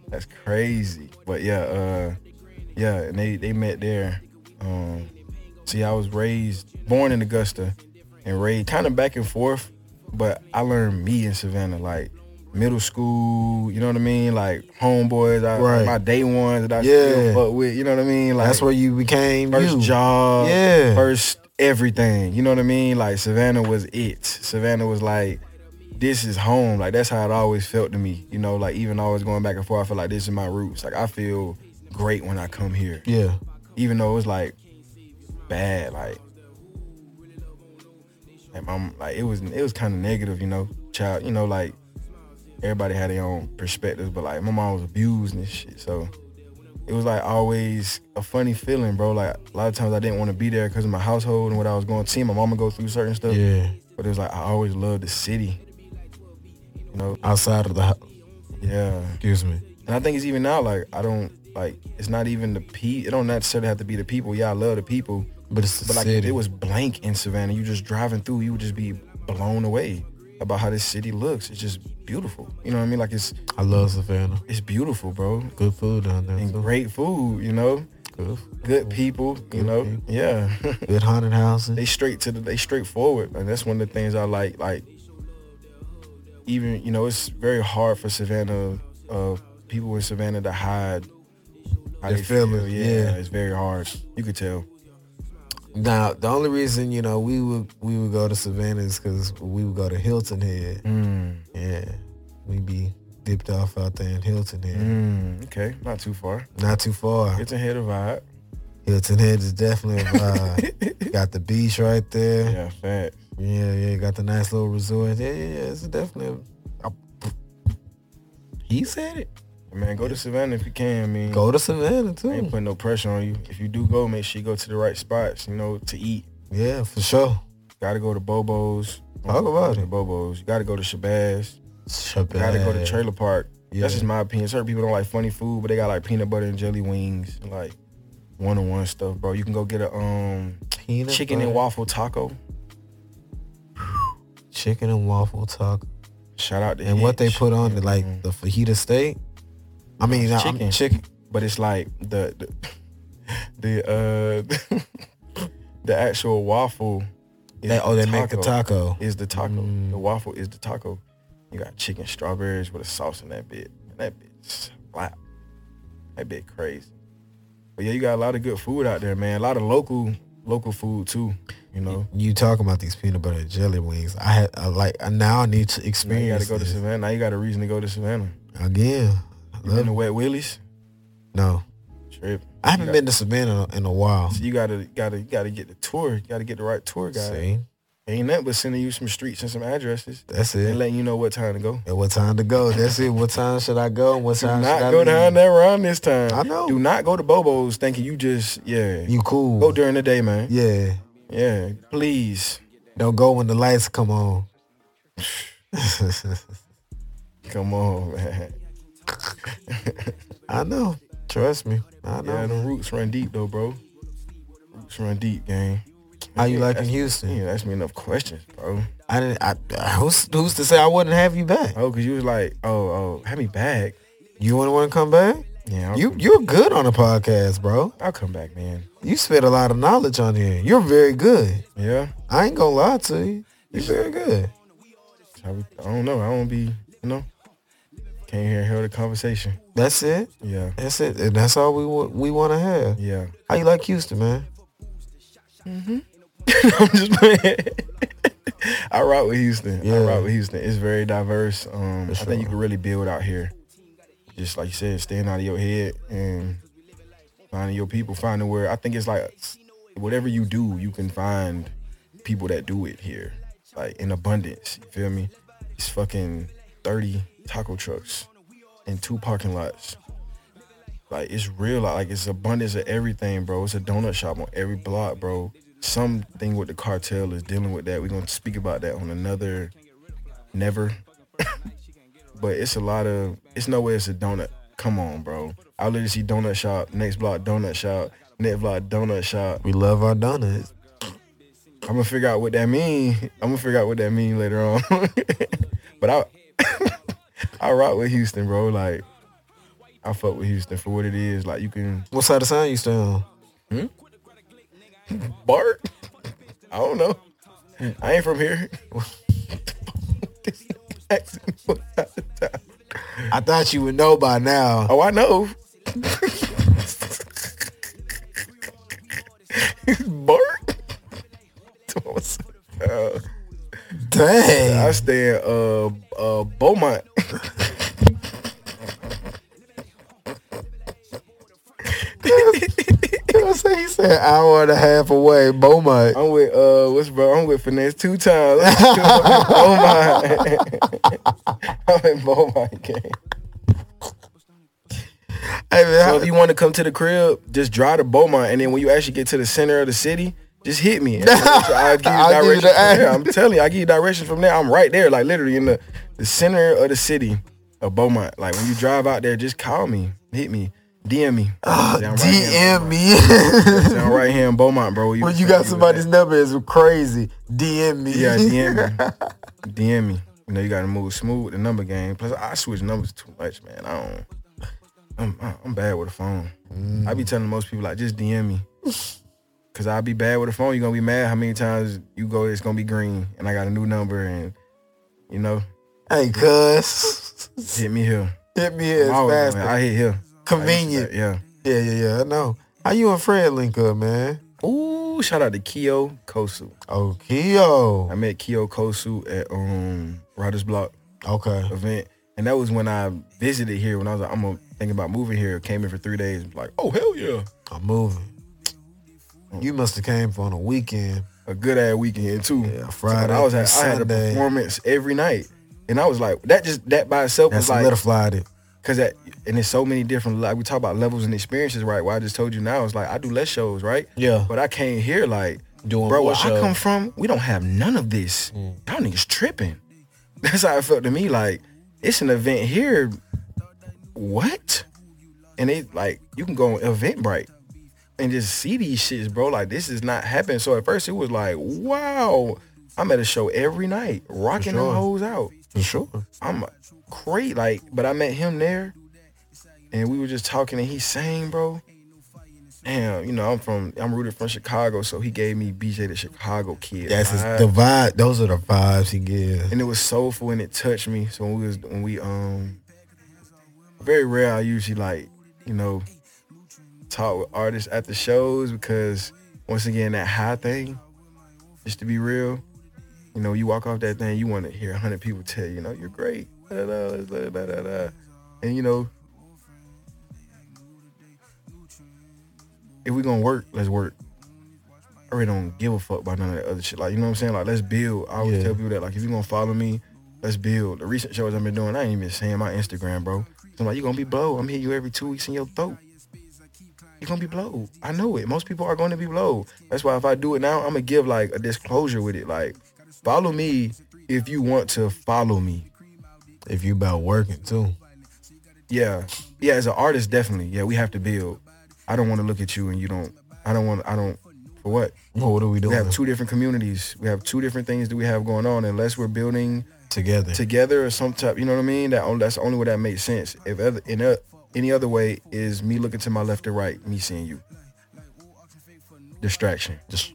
That's crazy. But yeah, uh yeah, and they they met there. Um see I was raised born in Augusta and raised kind of back and forth, but I learned me in Savannah like middle school, you know what I mean? Like homeboys, I, Right. my day ones that I Yeah. still fuck with, you know what I mean? Like That's where you became first you. job, Yeah. first everything. You know what I mean? Like Savannah was it. Savannah was like, this is home. Like that's how it always felt to me. You know, like even always going back and forth, I feel like this is my roots. Like I feel great when I come here, Yeah. even though it's like bad. Like, like my like it was it was kind of negative. You know, child. You know, like everybody had their own perspectives, but like my mom was abused and shit, so it was like always a funny feeling, bro. Like a lot of times I didn't want to be there because of my household and what I was going to see. My mama go through certain stuff, Yeah. but it was like I always loved the city, you know. Outside of the house. Yeah, Excuse me. and I think it's even now like I don't like it's not even the pe. It don't necessarily have to be the people. Yeah, I love the people, But it's the but like if city. it was blank in Savannah, you just driving through, you would just be blown away about how this city looks. It's just beautiful. You know what I mean? Like it's I love Savannah. it's beautiful, bro, Good food down there. and too. great food. You know, Good. good people. You Good know, people. yeah. Good haunted they houses. straight to the they straightforward and that's one of the things i like like even you know it's very hard for savannah uh people in savannah to hide how Their they feel feelings, yeah, yeah. it's very hard you could tell Now, the only reason you know we would we would go to Savannah is because we would go to Hilton Head. mm, Yeah, we be dipped off out there in Hilton Head. mm, okay not too far Not too far. it's a head of vibe Hilton Head is definitely a vibe. got the beach right there. yeah fat Yeah, yeah, got the nice little resort. Yeah, yeah, yeah. It's definitely. A, he said it. man go to savannah if you can man Go to I Savannah ain't too. putting no pressure on you if you do go make sure you go to the right spots you know to eat Yeah, for sure. gotta go to bobo's Talk about Go to it. bobo's you gotta go to shabazz Chip Gotta go to ass. trailer park. Yeah. That's just my opinion. Certain people don't like funny food, but they got like peanut butter and jelly wings, and, like one on one stuff, bro. You can go get a um Peanut chicken butter- and waffle taco. Chicken and waffle taco. Shout out to And Hitch. what they put on it, like Mhm. the fajita steak. I mean, It's chicken. chicken. chicken. but it's like the the the, uh, the actual waffle. Is They, the oh, they make the taco. Is the taco Mm. the waffle is the taco? You got chicken strawberries with a sauce in that bit. And that bit's slap. That bit crazy. But yeah, you got a lot of good food out there, man. A lot of local local food too. You know, You talking about these peanut butter and jelly wings? I had I like I now need to now you got experience to go to this. Savannah. Now you got a reason to go to Savannah. again. I You been Love to Wet Willie's? No, Trip. I haven't got- been to Savannah in a while. You gotta gotta you gotta get the tour. You gotta get the right tour guide. See, Ain't nothing but sending you some streets and some addresses that's and it. letting you know what time to go. And what time to go? That's it. What time should I go? And What Do time should I not go leave? down that run this time. I know. Do not go to Bobo's thinking you just yeah. You cool? go during the day, man. Yeah. Yeah, please Don't go when the lights come on. come on, man. I know. Trust me. I know. Yeah, the roots run deep though, bro. Roots run deep, gang. How you Yeah, liking that's- Houston? You asked me enough questions, bro. I didn't. I, I- who's who's to say I wouldn't have you back? Oh, cause you was like, oh, oh, have me back. You wouldn't want to come back? Yeah, I'll You come- you're good on a podcast, bro. I'll come back, man. You spit a lot of knowledge on here. You're very good. Yeah, I ain't gonna lie to you. You're very good. I, would- I don't know. I don't be, you know, came here and held a conversation. That's it. Yeah, That's it. And that's all we want. We want to have. yeah. How you like Houston, man? I'm just playing. I rock with Houston. Yeah. I rock with Houston. It's very diverse. Um, For I think you sure. can really build out here. Just like you said, staying out of your head and finding your people, finding where I think it's like whatever you do, you can find people that do it here, like in abundance. You feel me? It's fucking thirty taco trucks and two parking lots. Like it's real, like it's abundance of everything, bro. It's a donut shop on every block, bro. Something with the cartel is dealing with that. We're gonna speak about that on another never. but it's a lot of it's no way it's a donut. Come on, bro. I literally see donut shop, next block donut shop, next block donut shop. We love our donuts. I'm gonna figure out what that mean. I'm gonna figure out what that mean later on. but I I rock with Houston, bro. Like I fuck with Houston for what it is. Like you can What side of town you stay on? bark. I don't know. I ain't from here. I thought you would know by now. oh, I know. bark. Uh, I Dang. stay in uh, uh, Beaumont. I say he said hour and a half away, Beaumont. I'm with uh what's bro? I'm with finesse two times. I'm in Beaumont. I'm in Beaumont gang. Hey, man, So how- if you want to come to the crib, just drive to Beaumont, and then when you actually get to the center of the city, just hit me. And I'll give you I'll give you directions the from there. address. I'm telling you, I give you directions from there. I'm right there, like literally in the, the center of the city of Beaumont. Like when you drive out there, just call me, hit me, DM me. Ah, Say I'm right here in DM Beaumont. me. Say I'm right here in Beaumont, bro. when you you got was somebody's at. number is crazy. DM me. Yeah, DM me. DM me. You know, you gotta move smooth with the number game. Plus, I switch numbers too much, man. I don't. I'm, I'm bad with a phone. I be telling most people like, just DM me, cause I be bad with a phone. You gonna be mad how many times you go, it's gonna be green, and I got a new number, and you know, Hey, cuz. hit me here. Hit me here I'm as always fast gonna- as I hit here. convenient. Yeah. Yeah, yeah, yeah. I know. How you and Fred link up, man? Ooh, shout out to Kyo Kosu. Okay, yo. I met Kyo Kosu at um Riders Block. Okay. event. And that was when I visited here when I was like, I'm gonna think about moving here. Came in for three days, like, oh hell yeah. I'm moving. You must have came for on a weekend. A good ass weekend too. Yeah, Friday I was at, through I had a Sunday. performance every night. And I was like, that just that by itself That was like solidified it. Cause that and it's so many different like we talk about levels and experiences, right? What I just told you now is like I do less shows, right? Yeah. But I came here like Doing bro, more where I shows. come from, we don't have none of this. Y'all niggas tripping. That's how it felt to me. Like it's an event here. What? And they like you can go on Eventbrite and just see these shits, bro. Like this is not happening. So at first it was like, wow, I'm at a show every night, rocking sure. the hoes out. For sure. I'm great. Like, but I met him there, and we were just talking, and he sang, bro. Damn, you know I'm from I'm rooted from Chicago, so he gave me BJ the Chicago Kid. That's his, vibe. the vibe. Those are the vibes he gives. and it was soulful and it touched me. So when we was when we um very rare I usually like, you know, talk with artists at the shows because once again that high thing, just to be real, you know, you walk off that thing, you want to hear hundred people tell you, you know, you're great. da, da, da, da, da, da. And you know, if we gonna work, let's work. I really don't give a fuck about none of that other shit. Like, you know what I'm saying? Like, let's build. I always Yeah. tell people that, like, if you gonna follow me, let's build. The recent shows I've been doing, I ain't even saying my Instagram, bro. So I'm like, you gonna be blow. I'm hitting you every two weeks in your throat. You're gonna be blow. I know it. Most people are gonna be blow. That's why if I do it now, I'm gonna give like a disclosure with it. Like, follow me if you want to follow me. If you about working too. Yeah. Yeah, as an artist, definitely. Yeah, we have to build. I don't want to look at you and you don't. I don't want. I don't. For what? Well, what are we We doing have two different communities. We have two different things that we have going on. Unless we're building together? together or some type, you know what I mean? That that's the only way that makes sense. If other, in a, any other way is me looking to my left or right, me seeing you. Distraction. Just-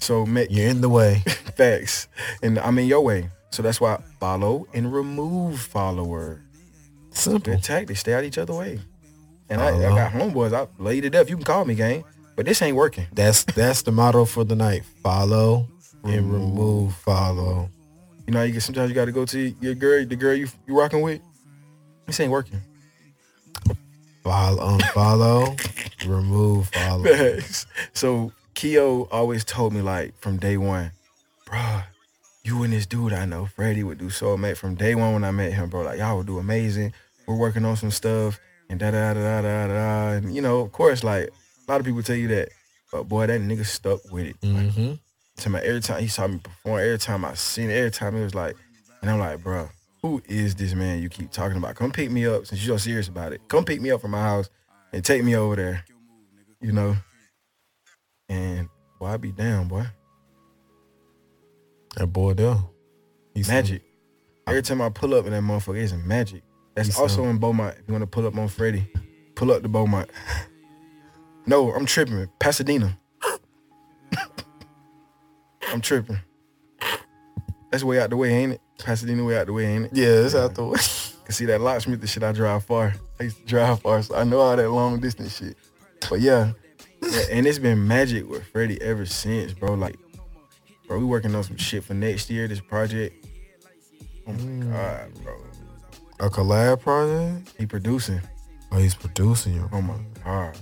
So make You're in the way. facts, and I'm in your way. So that's why follow and remove follower. Simple. Good tactic. Stay out each other way. And I, I Oh. Uh-huh. got homeboys. I laid it up. You can call me gang, but this ain't working. That's that's the motto for the night. Follow and remove follow. You know, you can, sometimes you got to go to your girl, the girl you you rocking with. This ain't working. um, Follow unfollow. remove follow. Facts. so Keo always told me like from day one, bruh, you and this dude I know, Freddie would do so mate from day one when I met him, bro. Like y'all would do amazing. We're working on some stuff and da da da da da da. And you know, of course, like a lot of people tell you that, but boy, that nigga stuck with it. Mm-hmm. To my every time he saw me perform, every time I seen it, every time it was like, and I'm like, bruh, who is this man you keep talking about? Come pick me up since you're so serious about it. Come pick me up from my house and take me over there, you know. And boy, I be down, boy. That boy though. He's Magic. Every time I pull up in that motherfucker, it's magic. That's He's also in Beaumont. If you want to pull up on Freddie, pull up to Beaumont. no, I'm tripping. Pasadena. I'm tripping. That's way out the way, ain't it? Pasadena way out the way, ain't it? Yeah, it's out the way. Cause see that locksmith, the shit I drive far. I used to drive far, so I know all that long distance shit. But yeah, yeah, and it's been magic with Freddie ever since, bro. Like, bro, we working on some shit for next year. This project. Oh my god, bro, A collab project? he producing. Oh, he's producing you. Oh my god,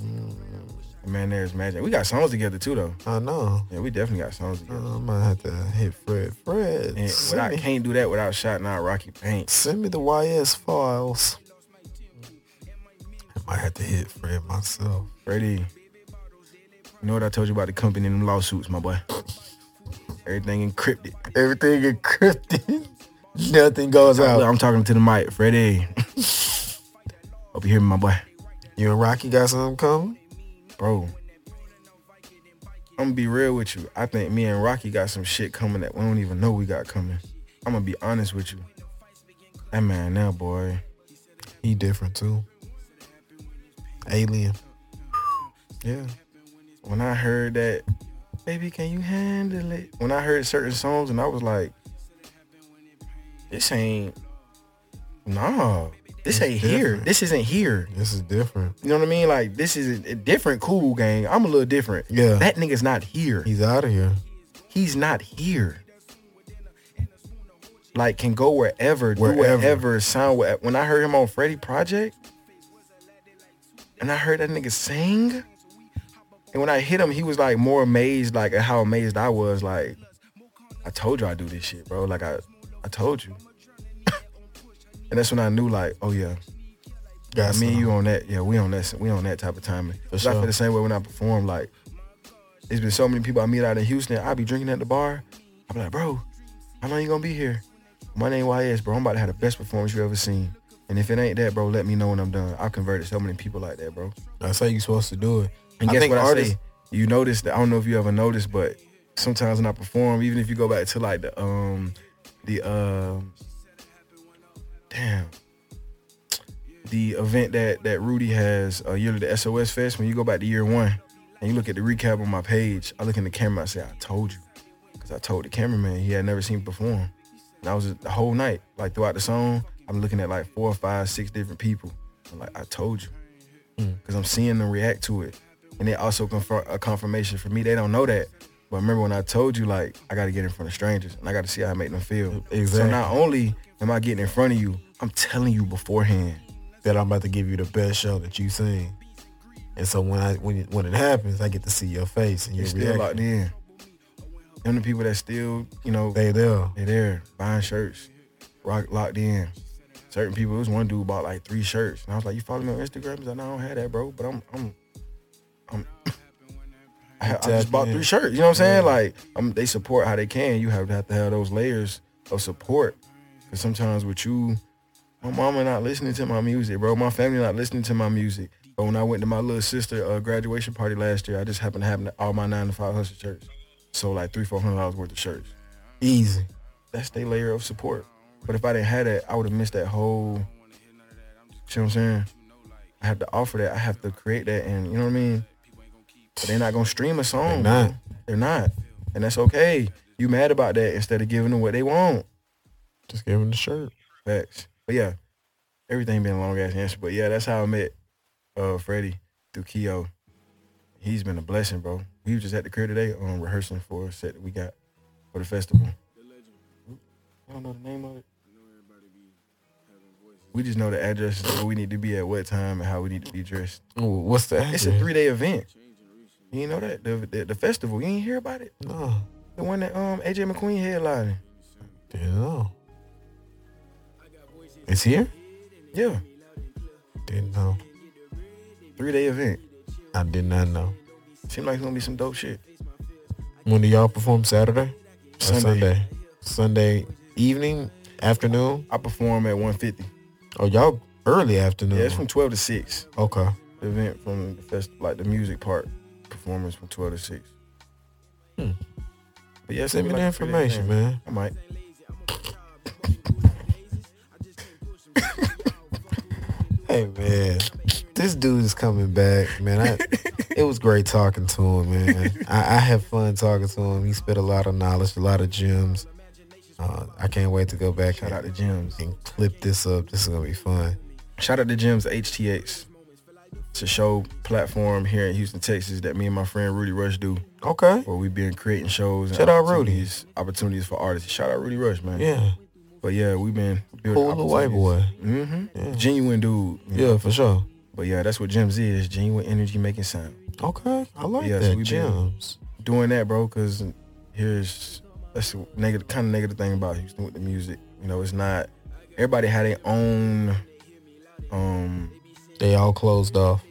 man, there's magic. We got songs together too, though. I know. Yeah, we definitely got songs I together. know. I might have to hit Fred. Fred. And what send, I me, can't do that without shouting out Rocky Paint. send me the YS files. I might have to hit Fred myself. Freddie, you know what I told you about the company and them lawsuits, my boy. Everything encrypted. Everything encrypted. Nothing goes Look, out. I'm talking to the mic, Freddie. Hope you hear me, my boy. You and Rocky got something coming? Bro, I'm gonna be real with you. I think me and Rocky got some shit coming that we don't even know we got coming. I'm gonna be honest with you. That man, now boy, He different too. Alien. Yeah. when I heard that, baby, can you handle it? When I heard certain songs and I was like, this ain't, nah, this ain't here. different. This isn't here. This is different. You know what I mean? Like this is a different cool gang. I'm a little different. Yeah. That nigga's not here. He's out of here. He's not here. Like can go wherever, Wherever. do whatever, sound where, when I heard him on Freddie Project and I heard that nigga sing. And when I hit him, he was like more amazed, like at how amazed I was. Like, I told you I do this shit, bro. Like I I told you. and that's when I knew like, oh yeah, Got me and something. you on that, yeah, we on that, we on that type of timing. Cause I sure. feel the same way when I perform. Like, there's been so many people I meet out in Houston. I be drinking at the bar. I be like, bro, how long you gonna be here? My name YS, bro. I'm about to have the best performance you ever seen. And if it ain't that, bro, let me know when I'm done. I've converted so many people like that, bro. That's how you supposed to do it. And I guess think what I artists- say? You notice that I don't know if you ever noticed, but sometimes when I perform, even if you go back to like the um the um damn the event that that Rudy has a year to the SOS Fest, when you go back to year one and you look at the recap on my page, I look in the camera, I say, I told you. Cause I told the cameraman he had never seen me perform. And I was the whole night, like throughout the song, I'm looking at like four, five, six different people. I'm like, I told you. Cause I'm seeing them react to it and it also confirm a confirmation for me. They don't know that, but remember when I told you like I got to get in front of strangers and I got to see how I make them feel. So Exactly. not only am I getting in front of you, I'm telling you beforehand. that I'm about to give you the best show that you've seen. And so when I when when it happens, I get to see your face and your You're still locked reaction. in. Them the people that still, you know, They there. they there buying shirts, rock locked in. Certain people, it was one dude bought like three shirts, and I was like, "You follow me on Instagram?" He's like, "No, I don't have that, bro." But I'm, I'm, I'm. I, I just Tapped bought in. three shirts. You know what I'm saying? Yeah. Like, um, they support how they can. You have to have to have those layers of support, because sometimes with you, my mama not listening to my music, bro. My family not listening to my music. But when I went to my little sister uh, graduation party last year, I just happened to have all my nine to five hundred shirts. So like three, four hundred dollars worth of shirts Easy. that's their layer of support. But if I didn't have that, I would have missed that whole. See what I'm saying? I have to offer that. I have to create that, and you know what I mean. But they're not gonna stream a They song. not. They're not, and that's okay. You mad about that instead of giving them what they want. Just give him the shirt. Facts. But yeah, everything been a long ass answer. But yeah, that's how I met uh Freddie through Keo. He's been a blessing, bro. We was just at the crib today um, rehearsing for a set that we got for the festival. I don't know the name of it. We just know the address where we need to be at what time and how we need to be dressed. Ooh, What's the It's address? a three day event. You ain't know that the, the the festival. You ain't hear about it. No. The one that um AJ McQueen headlining. Didn't know. It's here? Yeah, Didn't know. three day event. I did not know. Seemed like it's gonna be some dope shit. When do y'all perform Saturday? Or Sunday. Sunday. Sunday evening, afternoon? I perform at 150. Oh y'all early afternoon. Yeah, it's from 12 to 6. okay. The event from the fest, like the music part, performance from 12 to 6. Hmm. But yeah, it's Send me gonna the be like a pretty thing. information, man. I might. Hey man, this dude is coming back, man. I, it was great talking to him, man. I, I had fun talking to him. He spit a lot of knowledge, a lot of gems. Uh, I can't wait to go back Shout out and, to Gems. and clip this up. This is gonna be fun. Shout out to Gems HTX. It's a show platform here in Houston, Texas that me and my friend Rudy Rush do, Okay. where we've been creating shows and Shout out Rudy. opportunities, opportunities for artists. Shout out Rudy Rush, man. Yeah. But yeah, we've been building Cool little white boy. Mm-hmm. Yeah. Genuine dude. Yeah, for sure. But yeah, that's what Gems is. Genuine energy making sound. Okay. I like Yeah, so that. we been- Gems. doing that, bro, because here's that's the negative kind of negative thing about Houston with the music. You know, it's not everybody had their own um They all closed off.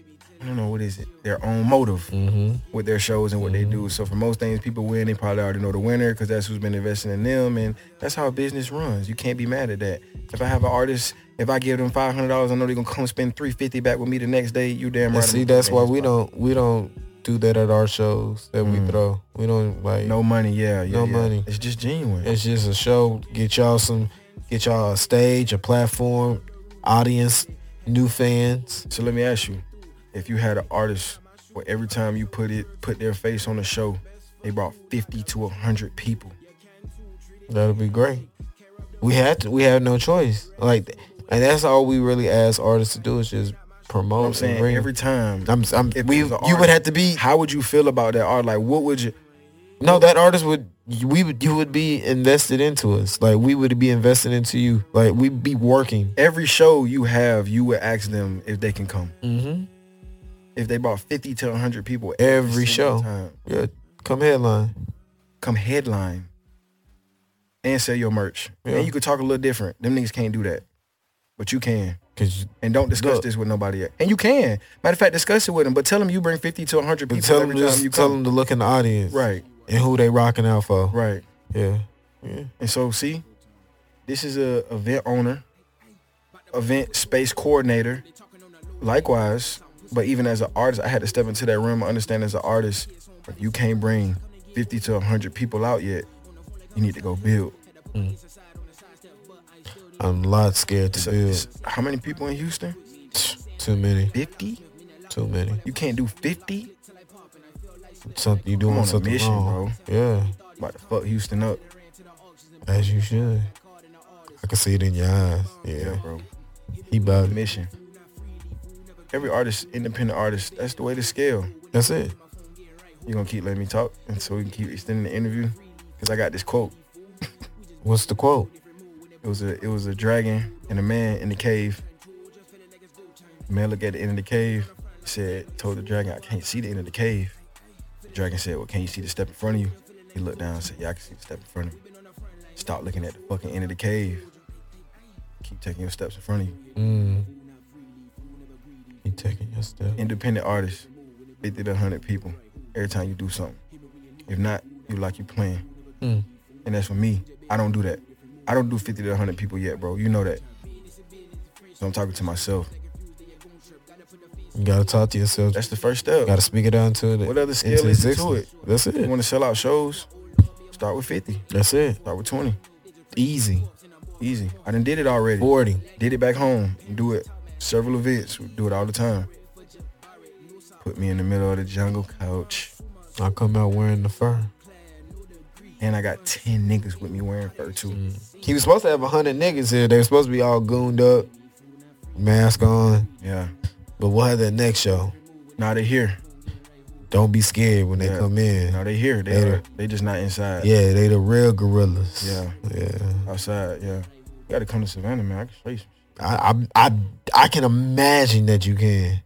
I don't know what is it, their own motive Mm-hmm. with their shows and what they do. So for most things people win, they probably already know the winner because that's who's been investing in them and that's how business runs. You can't be mad at that. If I have an artist, if I give them five hundred dollars, I know they're gonna come spend three fifty back with me the next day. You damn right. And I'm see, gonna that's spend why his we five- don't we don't do that at our shows that we Mm. throw. We don't like no money, yeah, yeah. No yeah. money. It's just genuine. It's just a show. Get y'all some, get y'all a stage, a platform, audience, new fans. So let me ask you, if you had an artist where every time you put it put their face on the show, they brought fifty to hundred people. That'll be great. We had to. We had no choice. Like, and that's all we really ask artists to do is just promote. I'm saying and bring. every time. I'm. I'm if we. it You was an would artist- have to be. How would you feel about that art? Like, what would you? No, that artist would. We would. You would be invested into us. Like we would be invested into you. Like we'd be working. Every show you have, you would ask them if they can come. Mm-hmm. If they brought fifty to hundred people Every single show. time, Yeah. Come headline. come headline and sell your merch, Yeah. and you could talk a little different. Them niggas can't do that, but you can. Cause And don't discuss Look. this with nobody yet. And you can. Matter of fact, discuss it with them, but tell them you bring 50 to 100 people tell them every time you just tell come. them to look in the audience Right, and who they rocking out for. right. Yeah. Yeah. And so, see, This is a event owner, event space coordinator. Likewise, but even as an artist, I had to step into that room. I understand as an artist, if you can't bring 50 to 100 people out yet, you need to go build. I'm a lot scared to So build. it's- how many people in Houston? Too many. 50? Too many. You can't do 50? Something you doing on a something mission, wrong. Yeah, About to fuck Houston up. as you should. I can see it in your eyes. Yeah, bro. he about it. Mission. Every artist, independent artist, that's the way to scale. That's it. You gonna keep letting me talk, and so we can keep extending the interview. Cause I got this quote. What's the quote? It was a it was a dragon and a man in the cave. The man looked at the end of the cave, said, told the dragon, I can't see the end of the cave. The dragon said, Well, can you see the step in front of you? He looked down and said, Yeah, I can see the step in front of you. Stop looking at the fucking end of the cave. Keep taking your steps in front of you. Mm. You taking your step. Independent artist, 50 to 100 people every time you do something. If not, you like you playing. Mm. And that's for me. I don't do that. I don't do 50 to 100 people yet, bro. You know that. So I'm talking to myself. You gotta talk to yourself. That's the first step. You gotta speak it out into it. What other skill into the is it to 60s. That's You it. want to sell out shows? Start with 50. That's it. Start with 20. Easy. Easy. I done did it already. Forty. Did it back home. Do it. Several events. Do it all the time. Put me in the middle of the jungle couch. I come out wearing the fur. And I got 10 niggas with me wearing fur too. He was supposed to have hundred niggas here. They were supposed to be all gooned up, mask on. Yeah. But we'll have that next show. Now they here. Don't be scared when they Yeah. come in. Now they here. They Later. are- they just not inside. Yeah, they the real gorillas. Yeah. yeah. Outside. Yeah. You gotta come to Savannah, man. I can show you some I, I, I, I can imagine that you can.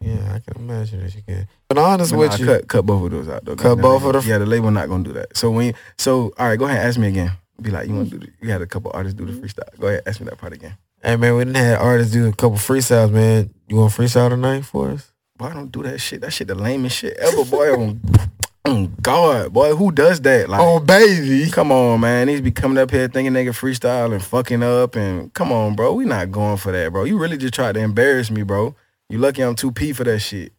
Yeah, I can imagine that you can. But honest But with nah, you, cut cut both of those out though. Cut Nah, both of the- Yeah, the label not gonna do that. So when so all right, go ahead, ask me again. Be like, you want to do? The, you had a couple artists do the Mm-hmm. freestyle. Go ahead, ask me that part again. hey man, we didn't have artists do a couple freestyles, man. You want freestyle tonight for us? Boy, I don't do that shit. That shit the lamest shit ever, boy. on, on God, boy, who does that? Like, Oh baby, come on, man. These be coming up here thinking they can freestyle and fucking up, and come on, bro. We not going for that, bro. You really just tried to embarrass me, bro. You lucky I'm too p for that shit.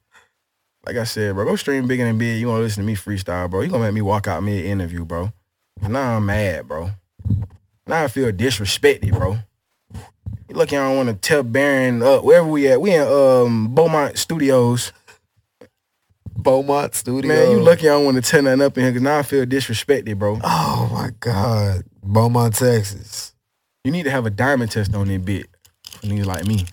Like I said, bro, go stream bigger than big. You want to listen to me freestyle, bro? You gonna make me walk out mid interview, bro? Now I'm mad, bro. Now I feel disrespected, bro. You lucky I don't want to tell Baron up wherever we at. We in um Beaumont Studios. Beaumont Studio. Man, you lucky I don't want to tell nothing up in here because now I feel disrespected, bro. Oh my God, Beaumont, Texas. You need to have a diamond test on that bit for niggas like me.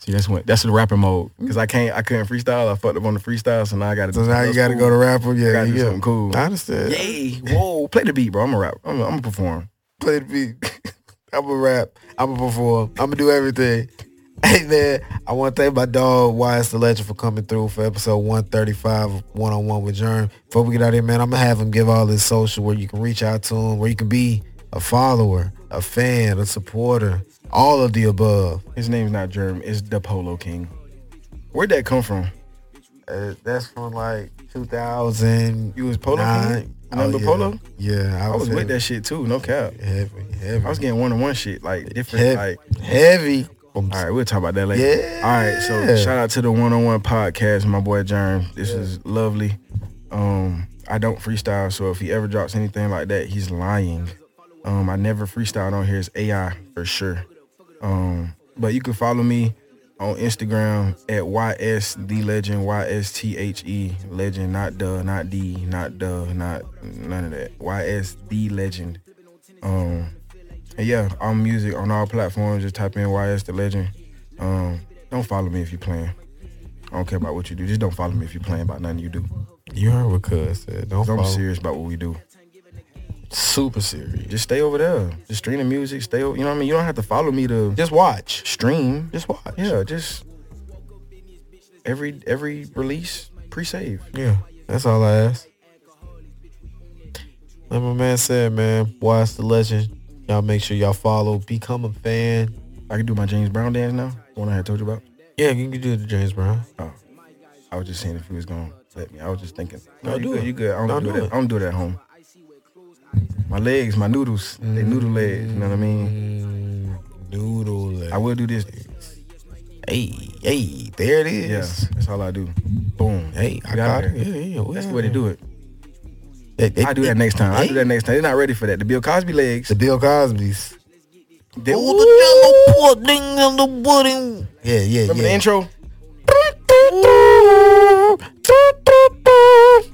See, that's when that's the rapper mode. Cause I can't, I couldn't freestyle. I fucked up on the freestyle, so now I gotta. Mm. So now you got to go to rapper. Yeah, gotta do yeah. something cool. I understand. Yay! Whoa! Play the beat, bro. I'm a rapper. I'm a, I'm a perform. play the beat. I'm a rap. I'm a perform. I'm gonna do everything. Hey man, I want to thank my dog Wise the Legend for coming through for episode 135 of One on One with Germ. Before we get out of here, man, I'm gonna have him give all his social where you can reach out to him, where you can be a follower, a fan, a supporter, all of the above. His name's not Germ. It's the Polo King. Where'd that come from? Uh, that's from like 2000. You was Polo King. Remember yeah. Polo? Oh, Yeah, I was with that shit too. No cap. Heavy, heavy, I was getting one on one shit like different. heavy, Like, heavy. all right, we'll talk about that later. Yeah. All right. So shout out to the one on one podcast, my boy Germ. This is lovely. Um, I don't freestyle, so if he ever drops anything like that, he's lying. Um, I never freestyled on here. It's AI for sure. Um, but you can follow me on Instagram at YSD Legend, YSTHE E, Legend, not the, not D, not the, not none of that. YSD Legend. Um, and yeah, all music on all platforms. Just type in YS the Legend. Um, don't follow me if you playing. I don't care about what you do. Just don't follow me if you playing about nothing you do. You heard what Cuz said. Don't 'Cause I'm follow. serious about what we do. Super serious. Just stay over there. Just stream the music. Stay. o- You know what I mean. You don't have to follow me to Just watch. stream. Just watch. Yeah, just every every release pre-save. Yeah. That's all I ask. Like my man said, man, watch the legend. Y'all make sure y'all follow. Become a fan. I can do my James Brown dance now. The one I had told you about. Yeah, you can do the James Brown. Oh, I was just saying if he was gonna let me. I was just thinking. No, No, you do good. it. You good. I don't No, do do that. it. I don't do that at home. My legs, my noodles, Mm-hmm. they noodle legs. You know what I mean? Mm, noodle. I will do this. Hey, hey, there it Yeah, is. that's all I do. Boom. Hey, I Got got there. it. Yeah, yeah, That's the way to do it. it. I do that next time. I do that next time. They're not ready for that. The Bill Cosby legs. The Bill Cosby's. They, Oh, the jello pudding and the pudding. Yeah, yeah, remember yeah. the intro?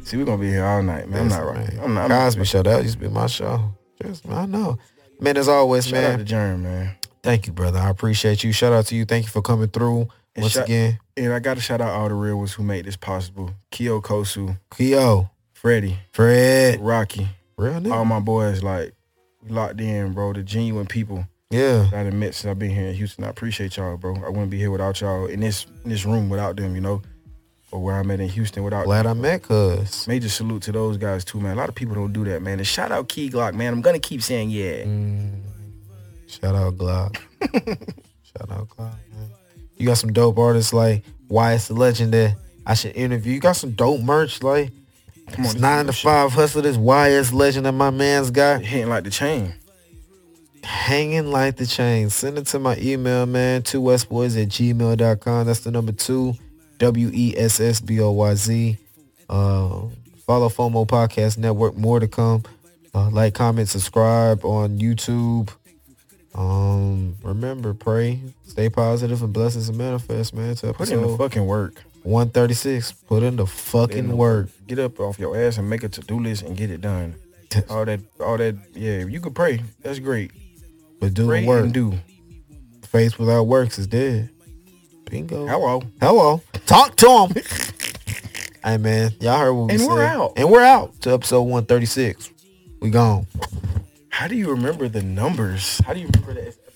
See, we're gonna be here all night, man. I'm not right. I'm not. I'm Cosby show. That used to be my show. Trust me, I know. Man, as always, shout out man. to Germ, man. thank you, brother. I appreciate you. Shout out to you. Thank you for coming through And once shout- again. And I gotta shout out all the real ones who made this possible. Kyo Kosu, Keo, Freddie, Fred, Um, Rocky, real nigga. all my boys, like we locked in, bro. The genuine people yeah, that I done met since I've been here in Houston. I appreciate y'all, bro. I wouldn't be here without y'all in this in this room without them, you know, or where I'm at in Houston without. glad I met Cuz. Major salute to those guys too, man. A lot of people don't do that, man. And shout out Key Glock, man. I'm gonna keep saying yeah. Mm. Shout out Glock. Shout out Glock, man. You got some dope artists like Why It's the Legend that I should interview. You got some dope merch like Come it's this nine to is five hustle. This Why It's Legend that my man's got hitting like the chain. hanging like the chain. Send it to my email, man. Two Westboys at gmail.com. That's the number two. W E S S B O Y Z. Uh, follow FOMO Podcast Network. More to come. Uh, like, comment, subscribe on YouTube. Um, remember, pray, stay positive, and blessings and manifest, man. To Put in the episode fucking work. 136. Put in the fucking the work. Get up off your ass and make a to do list and get it done. All that, all that, yeah. You could pray. That's great. But do Pray the work. and do. Faith without works is dead. Bingo. Hello. Hello. Talk to him. hey man, y'all heard what we And said. we're out. And we're out to episode 136. We gone. How do you remember the numbers? How do you remember that?